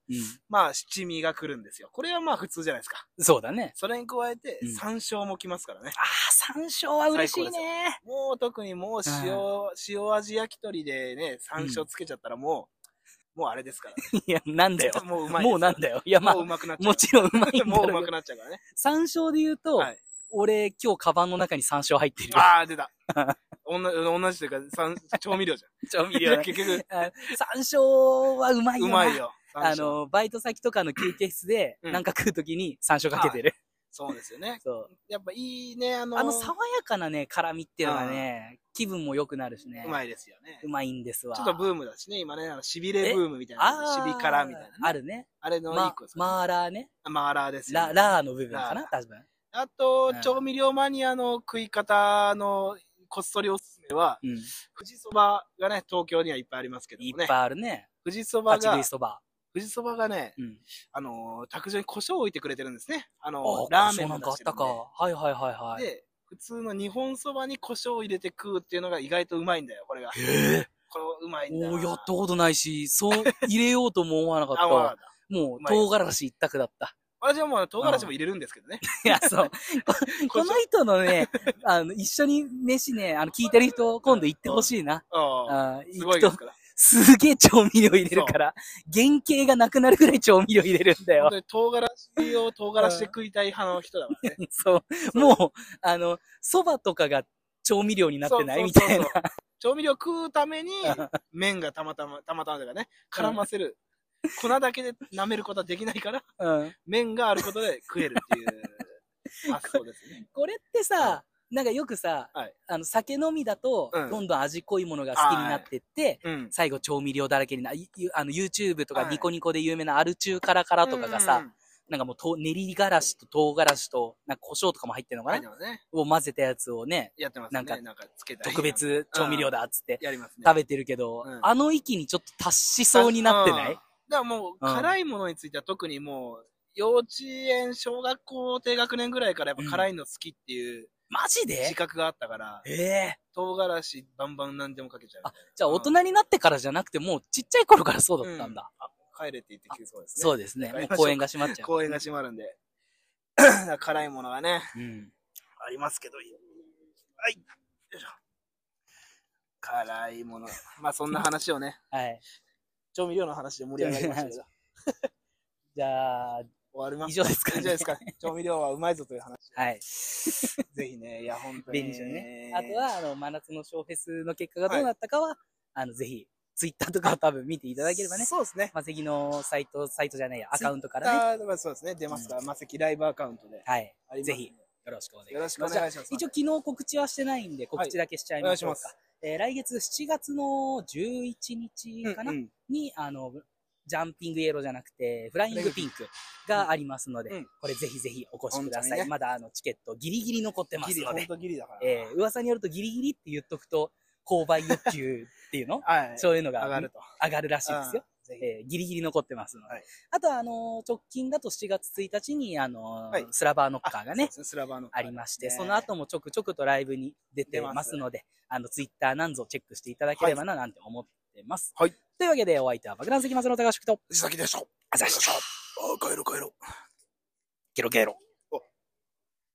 Speaker 2: まあ、七味が来るんですよ。これはまあ普通じゃないですか。
Speaker 1: そうだね。
Speaker 2: それに加えて
Speaker 1: うん、
Speaker 2: 山椒も来ますからね。
Speaker 1: ああ、山椒は嬉しいね。
Speaker 2: もう特にもう塩、塩味焼き鳥でね、山椒つけちゃったらもう、もうあれですから、ね。
Speaker 1: いや、なんだよ。
Speaker 2: もううまいです。
Speaker 1: もうなんだよ。いや、ま
Speaker 2: もう
Speaker 1: あ、
Speaker 2: うまくなっちゃう。
Speaker 1: もちろんうまいんだ
Speaker 2: もうう
Speaker 1: ろ
Speaker 2: ま
Speaker 1: うけ
Speaker 2: く
Speaker 1: ど。
Speaker 2: なっちゃうからね。
Speaker 1: 山椒で言うと、
Speaker 2: はい
Speaker 1: 俺、今日、カバンの中に山椒入ってるよ。
Speaker 2: ああ、出
Speaker 1: (laughs)
Speaker 2: た。おんな同じというか、山調味料じゃん。
Speaker 1: 調味
Speaker 2: い
Speaker 1: 料
Speaker 2: や、
Speaker 1: ね
Speaker 2: 結局、
Speaker 1: (laughs) あ山椒はうまいよ
Speaker 2: う
Speaker 1: な。
Speaker 2: まいよ。山椒
Speaker 1: あ、の、バイト先とかの休憩室で、
Speaker 2: うん
Speaker 1: なんか食うときに山椒かけてる。
Speaker 2: そうですよね。
Speaker 1: そう。
Speaker 2: やっぱいいね、あの、
Speaker 1: あの、爽やかなね、辛みっていうのはね、気分も良くなるしね。
Speaker 2: うまいですよね
Speaker 1: う。まいんですわ。
Speaker 2: ちょっとブームだしね、今ね、あの、しびれブームみたい
Speaker 1: あ
Speaker 2: な、
Speaker 1: ー
Speaker 2: しびからみたいな、ね。
Speaker 1: あるね。
Speaker 2: あれのいい
Speaker 1: ま
Speaker 2: 子です、ね
Speaker 1: マーラーね。
Speaker 2: マーラーですよ
Speaker 1: ラ、
Speaker 2: ね、
Speaker 1: ラーの部分か
Speaker 2: ラ
Speaker 1: な多分。
Speaker 2: あと
Speaker 1: うん、
Speaker 2: 調味料マニアの食い方のこっそりおすすめは、
Speaker 1: うん。
Speaker 2: 富士そばがね、東京にはいっぱいありますけど
Speaker 1: い
Speaker 2: も
Speaker 1: っ
Speaker 2: ね
Speaker 1: ぱ。いあるね。
Speaker 2: 富士そば
Speaker 1: 立ち食
Speaker 2: が
Speaker 1: い、そば。
Speaker 2: 富士そばがね、
Speaker 1: うん。
Speaker 2: あのー、卓上に胡椒を置いてくれてるんですね。あ
Speaker 1: あ
Speaker 2: のー、ラーメンも
Speaker 1: なん
Speaker 2: 出
Speaker 1: かあっ
Speaker 2: してる
Speaker 1: た
Speaker 2: ん
Speaker 1: か。はいはいはいは
Speaker 2: で
Speaker 1: い。
Speaker 2: で、普通の日本そばに胡椒を入れて食うっていうのが意外とうまいんだよ、これが。
Speaker 1: え
Speaker 2: これうまいんだ
Speaker 1: おーやったことないし、そう、入れようとも思わなかっ。
Speaker 2: (laughs) あ、うまかったた
Speaker 1: も
Speaker 2: う
Speaker 1: う、
Speaker 2: まいよ
Speaker 1: 唐辛子一択だった。
Speaker 2: 私はもう唐辛子も入れるんですけどね。
Speaker 1: いや、
Speaker 2: (laughs)
Speaker 1: そう。この人のね、あの、一緒に飯ね、あの、聞いてる人、今度行ってほしいな。
Speaker 2: ああ
Speaker 1: あー
Speaker 2: す
Speaker 1: 行
Speaker 2: ご
Speaker 1: く
Speaker 2: いで
Speaker 1: と
Speaker 2: す、から。
Speaker 1: すげえ調味料入れるから、原型がなくなるぐらい調味料入れるんだ
Speaker 2: 本
Speaker 1: よ。
Speaker 2: 当に唐辛子を唐辛子で食いたい派の人だからね。
Speaker 1: そう。もう、あの、蕎麦とかが調味料 (laughs) になってない
Speaker 2: そう
Speaker 1: み
Speaker 2: そうそう
Speaker 1: たいな。
Speaker 2: 調味料食うために、麺がたまたま、たまたまだからね、絡ませる。粉だけで舐めることはできないから、
Speaker 1: (laughs) うん。
Speaker 2: 麺があることで食えるっていう発想です
Speaker 1: (laughs)
Speaker 2: ね。
Speaker 1: これってさ、なんかよくさ、
Speaker 2: はい
Speaker 1: あの、酒飲みだと、
Speaker 2: うん
Speaker 1: どんどん味濃いものが好きになってって、
Speaker 2: うん。
Speaker 1: 最後調味料だらけにな、いいあの、YouTube とか
Speaker 2: はい
Speaker 1: ニコニコで有名なアルチューカラカラとかがさ、なんかもうと練り辛子と唐辛子と、なんか胡椒とかも入ってるの
Speaker 2: うん、
Speaker 1: か
Speaker 2: は
Speaker 1: な、
Speaker 2: い、でもね、
Speaker 1: を混ぜたやつをね、
Speaker 2: やってますね。
Speaker 1: な
Speaker 2: なんん
Speaker 1: か
Speaker 2: か、つけたり
Speaker 1: 特。別調味料だっつって
Speaker 2: やりますね。
Speaker 1: 食べてるけど、
Speaker 2: うん
Speaker 1: あの域にちょっと達しそうになってな
Speaker 2: うん
Speaker 1: い
Speaker 2: だからもう、辛いものについては特にもう、幼稚園、小学校、低学年ぐらいからやっぱ辛いの好きっていう
Speaker 1: マジ
Speaker 2: 自
Speaker 1: で
Speaker 2: 覚があったから、
Speaker 1: ええ
Speaker 2: 唐辛子バンバン何でもかけちゃう。
Speaker 1: じゃあ
Speaker 2: うん
Speaker 1: 大人になってからじゃなくて、もうちっちゃい頃からそうだったんだ。
Speaker 2: 帰れって言ってきそうですね。
Speaker 1: そうですね。
Speaker 2: わか
Speaker 1: もう
Speaker 2: りました
Speaker 1: 公園が閉まっちゃう。
Speaker 2: 公園が閉まるん (laughs) で。だから辛いものがね、
Speaker 1: うん。
Speaker 2: ありますけど。はい。よいしょ辛いもの。まあそんな話をね、
Speaker 1: はい。
Speaker 2: (laughs) 調味料の話で盛り上がりましたけど。終
Speaker 1: じゃあ、
Speaker 2: わりま
Speaker 1: 以
Speaker 2: す。
Speaker 1: 上ですか
Speaker 2: 以上
Speaker 1: ね
Speaker 2: です。か。 (laughs) 調味料はうまいぞという話。
Speaker 1: はい。
Speaker 2: ぜひね、いや、本当に。
Speaker 1: 便利だね。あとは、あの、真夏の小フェスの結果がどうなったかは、あの、ぜひ、ツイッターとかを多分見ていただければね。
Speaker 2: そうですね。
Speaker 1: マセキのサイト、サイトじゃないや、アカウントからね。
Speaker 2: あーまあそうですね。出ますから、マセキライブアカウントで。
Speaker 1: はい。
Speaker 2: あります
Speaker 1: ぜひ。よろしくお願いし
Speaker 2: よ
Speaker 1: ま
Speaker 2: ろ
Speaker 1: す。
Speaker 2: しくお願いします。
Speaker 1: 一応昨日告知はしてないんで、告知だけしちゃい
Speaker 2: お願
Speaker 1: ま
Speaker 2: い
Speaker 1: し
Speaker 2: し
Speaker 1: ょう
Speaker 2: ま
Speaker 1: か。
Speaker 2: す。
Speaker 1: えー来月7月の11日かな、
Speaker 2: うんうん
Speaker 1: に、あの、ジャンピングイエローじゃなくて、フライングピンクがありますので、
Speaker 2: うん
Speaker 1: これぜひぜひお越しくだ
Speaker 2: 本
Speaker 1: さ
Speaker 2: 当
Speaker 1: い。
Speaker 2: にね
Speaker 1: まだあの、チケットギリギリ残ってま
Speaker 2: ギ
Speaker 1: す
Speaker 2: リ、
Speaker 1: の
Speaker 2: 本
Speaker 1: で、
Speaker 2: 当ギリだから。
Speaker 1: えー噂によるとギリギリって言っとくと、購買欲求っていうの
Speaker 2: はい。
Speaker 1: そういうのが
Speaker 2: 上がると。
Speaker 1: 上がるらしいですよ。
Speaker 2: うん。ぜ
Speaker 1: えーギリギリ残ってますので。
Speaker 2: はい
Speaker 1: あとは、あのー直近だと7月1日に、あのー
Speaker 2: はい
Speaker 1: スラバーノッ
Speaker 2: ひ
Speaker 1: カーが
Speaker 2: そう
Speaker 1: ね
Speaker 2: で、すスラバーの
Speaker 1: ありまして、
Speaker 2: ね
Speaker 1: その後もちょくちょくとライブに出てますので、あの、ツイッターなんぞチェックしていただければな、なんて思ってます。
Speaker 2: はい。
Speaker 1: というわけで、お相手は爆弾関松の高橋と、
Speaker 2: 藤崎でしょ。
Speaker 1: あざし
Speaker 2: あ、帰ろう帰ろう。
Speaker 1: ゲロゲロ。